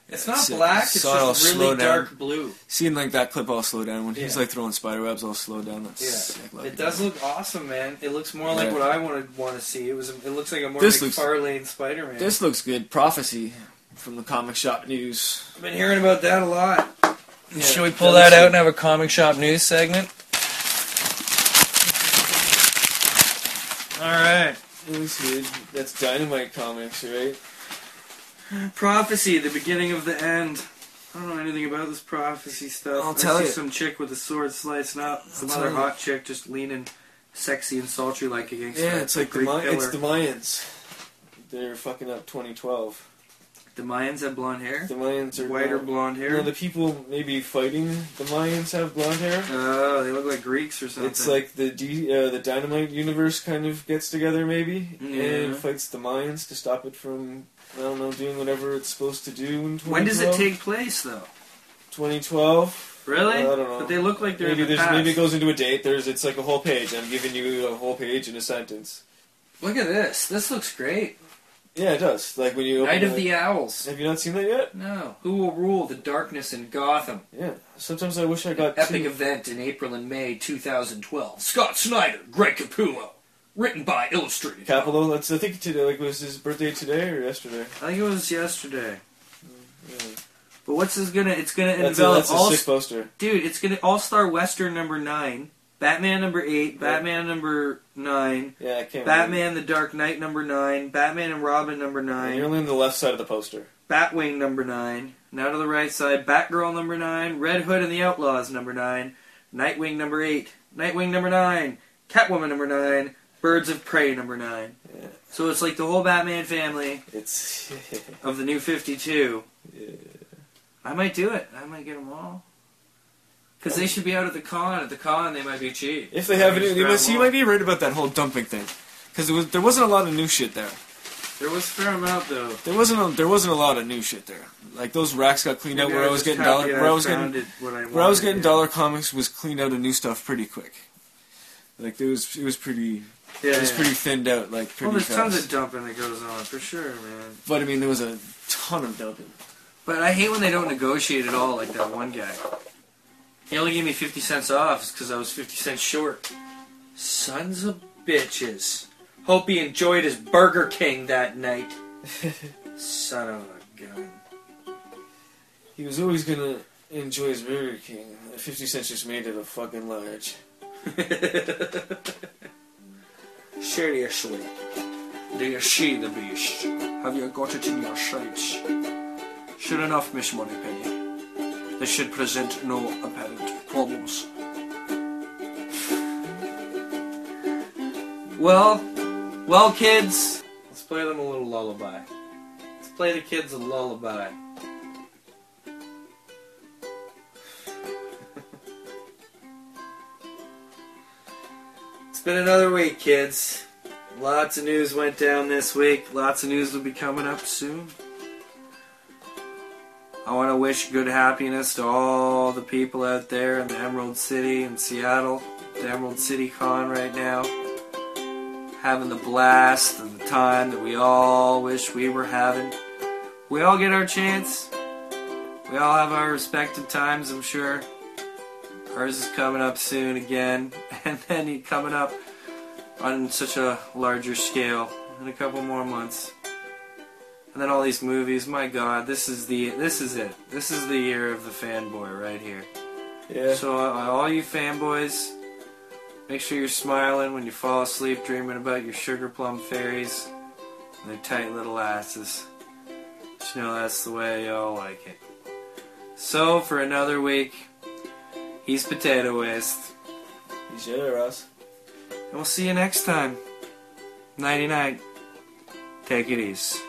Speaker 4: it's not
Speaker 1: so-
Speaker 4: black. It's
Speaker 1: so it'll
Speaker 4: just
Speaker 1: slow
Speaker 4: really
Speaker 1: down.
Speaker 4: dark blue.
Speaker 1: seeing like that clip all slow down when he's
Speaker 4: Yeah.
Speaker 1: like throwing spider webs all slow down. That's
Speaker 4: Yeah,
Speaker 1: sick looking.
Speaker 4: it does look awesome, man. It looks more like
Speaker 1: Yeah.
Speaker 4: what I wanted want to see. It was. It looks like a more
Speaker 1: This
Speaker 4: like
Speaker 1: looks-
Speaker 4: Farlane Spider-Man.
Speaker 1: This looks good. Prophecy from the comic shop news.
Speaker 4: I've been hearing about that a lot.
Speaker 1: Yeah,
Speaker 4: Should we pull
Speaker 1: looks
Speaker 4: that out
Speaker 1: good.
Speaker 4: and have a comic shop news segment? All right.
Speaker 1: That looks good. That's Dynamite Comics, right?
Speaker 4: Prophecy, the beginning of the end. I don't know anything about this prophecy stuff.
Speaker 1: I'll
Speaker 4: I
Speaker 1: tell
Speaker 4: see
Speaker 1: you.
Speaker 4: some chick with a sword slicing up, some
Speaker 1: I'll
Speaker 4: other
Speaker 1: tell you.
Speaker 4: hot chick just leaning sexy and sultry like against
Speaker 1: Yeah,
Speaker 4: a-
Speaker 1: it's
Speaker 4: a
Speaker 1: like the
Speaker 4: Greek
Speaker 1: Mi- it's
Speaker 4: pillar.
Speaker 1: the Mayans. They're fucking up 2012.
Speaker 4: The Mayans have blonde hair?
Speaker 1: The Mayans are uh,
Speaker 4: White or
Speaker 1: not-
Speaker 4: blonde
Speaker 1: You
Speaker 4: hair?
Speaker 1: know, the people maybe fighting the Mayans have blonde hair.
Speaker 4: oh, they look like Greeks or something.
Speaker 1: It's like the D, uh, the Dynamite universe kind of gets together maybe
Speaker 4: Yeah.
Speaker 1: and fights the Mayans to stop it from I don't know doing whatever it's supposed to do. In 2012.
Speaker 4: When does it take place, though?
Speaker 1: 2012.
Speaker 4: Really?
Speaker 1: I don't know.
Speaker 4: But they look like they're
Speaker 1: maybe
Speaker 4: in the
Speaker 1: there's
Speaker 4: past.
Speaker 1: maybe it goes into a date. There's it's like a whole page. I'm giving you a whole page in a sentence.
Speaker 4: Look at this. This looks great.
Speaker 1: Yeah, it does. Like when you open
Speaker 4: Night of
Speaker 1: like-
Speaker 4: the Owls.
Speaker 1: Have you not seen that yet?
Speaker 4: No. Who will rule the darkness in Gotham?
Speaker 1: Yeah. Sometimes I wish I got
Speaker 4: Epic
Speaker 1: two-
Speaker 4: event in April and May 2012. Scott Snyder, Greg Capullo. Written by Illustrated.
Speaker 1: Capello. That's I think today. Like was his birthday today or yesterday?
Speaker 4: I think it was yesterday. But what's this gonna? It's gonna
Speaker 1: Mm, That's a,
Speaker 4: envelop
Speaker 1: that's a
Speaker 4: all.
Speaker 1: sick poster.
Speaker 4: dude, it's gonna All Star Western number nine, Batman number eight,
Speaker 1: Yeah.
Speaker 4: Batman number nine,
Speaker 1: Yeah, I can't. Remember.
Speaker 4: Batman the Dark Knight number nine, Batman and Robin number nine,
Speaker 1: You're only on the left side of the poster.
Speaker 4: Batwing number nine. Now to the right side, Batgirl number nine, Red Hood and the Outlaws number nine, Nightwing number eight, Nightwing number nine, Catwoman number nine, Birds of Prey number nine.
Speaker 1: Yeah.
Speaker 4: So it's like the whole Batman family
Speaker 1: It's
Speaker 4: of the new 52.
Speaker 1: yeah.
Speaker 4: I might do it. I might get them all. Because they should be out at the con. At the con, they might be cheap.
Speaker 1: if they have
Speaker 4: I can
Speaker 1: it,
Speaker 4: just
Speaker 1: you
Speaker 4: grab
Speaker 1: must, you
Speaker 4: them all.
Speaker 1: might be right about that whole dumping thing, because there was there wasn't a lot of new shit there.
Speaker 4: There was a fair amount, though.
Speaker 1: There wasn't a, there wasn't a lot of new shit there. Like those racks got cleaned out
Speaker 4: Maybe
Speaker 1: where I was
Speaker 4: just
Speaker 1: getting
Speaker 4: happy
Speaker 1: dollar where I was getting
Speaker 4: found it when I
Speaker 1: where I was
Speaker 4: wanted
Speaker 1: getting
Speaker 4: it.
Speaker 1: dollar comics was cleaned out of new stuff pretty quick. Like there was it was pretty
Speaker 4: Yeah,
Speaker 1: it was
Speaker 4: yeah.
Speaker 1: pretty thinned out like pretty
Speaker 4: Well, there's
Speaker 1: fast.
Speaker 4: tons of dumping that goes on for sure, man.
Speaker 1: but I mean there was a ton of dumping.
Speaker 4: But I hate when they don't negotiate at all, like that one guy. He only gave me 50 cents off because I was 50 cents short. Sons of bitches. Hope he enjoyed his Burger King that night. Son of a gun.
Speaker 1: He was always gonna enjoy his Burger King. Fifty cents just made it a fucking large.
Speaker 4: Seriously. Do you see the beast? Have you got it in your sights? Sure enough, Miss Moneypenny. They should present no apparent problems. Well, well, kids. Let's play them a little lullaby. Let's play the kids a lullaby. It's been another week, kids. Lots of news went down this week. Lots of news will be coming up soon. I want to wish good happiness to all the people out there in the Emerald City and Seattle, the Emerald City Con right now. Having the blast and the time that we all wish we were having. We all get our chance. We all have our respective times, I'm sure. Ours is coming up soon again, and then he coming up on such a larger scale in a couple more months. And then all these movies, my god, this is the this is it. This is the year of the fanboy right here.
Speaker 1: Yeah.
Speaker 4: So uh, all you fanboys, make sure you're smiling when you fall asleep dreaming about your sugar plum fairies and their tight little asses. Just know that's the way y'all like it. So for another week, he's Potato West.
Speaker 1: He's generous.
Speaker 4: And we'll see you next time. Nighty night. Take it easy.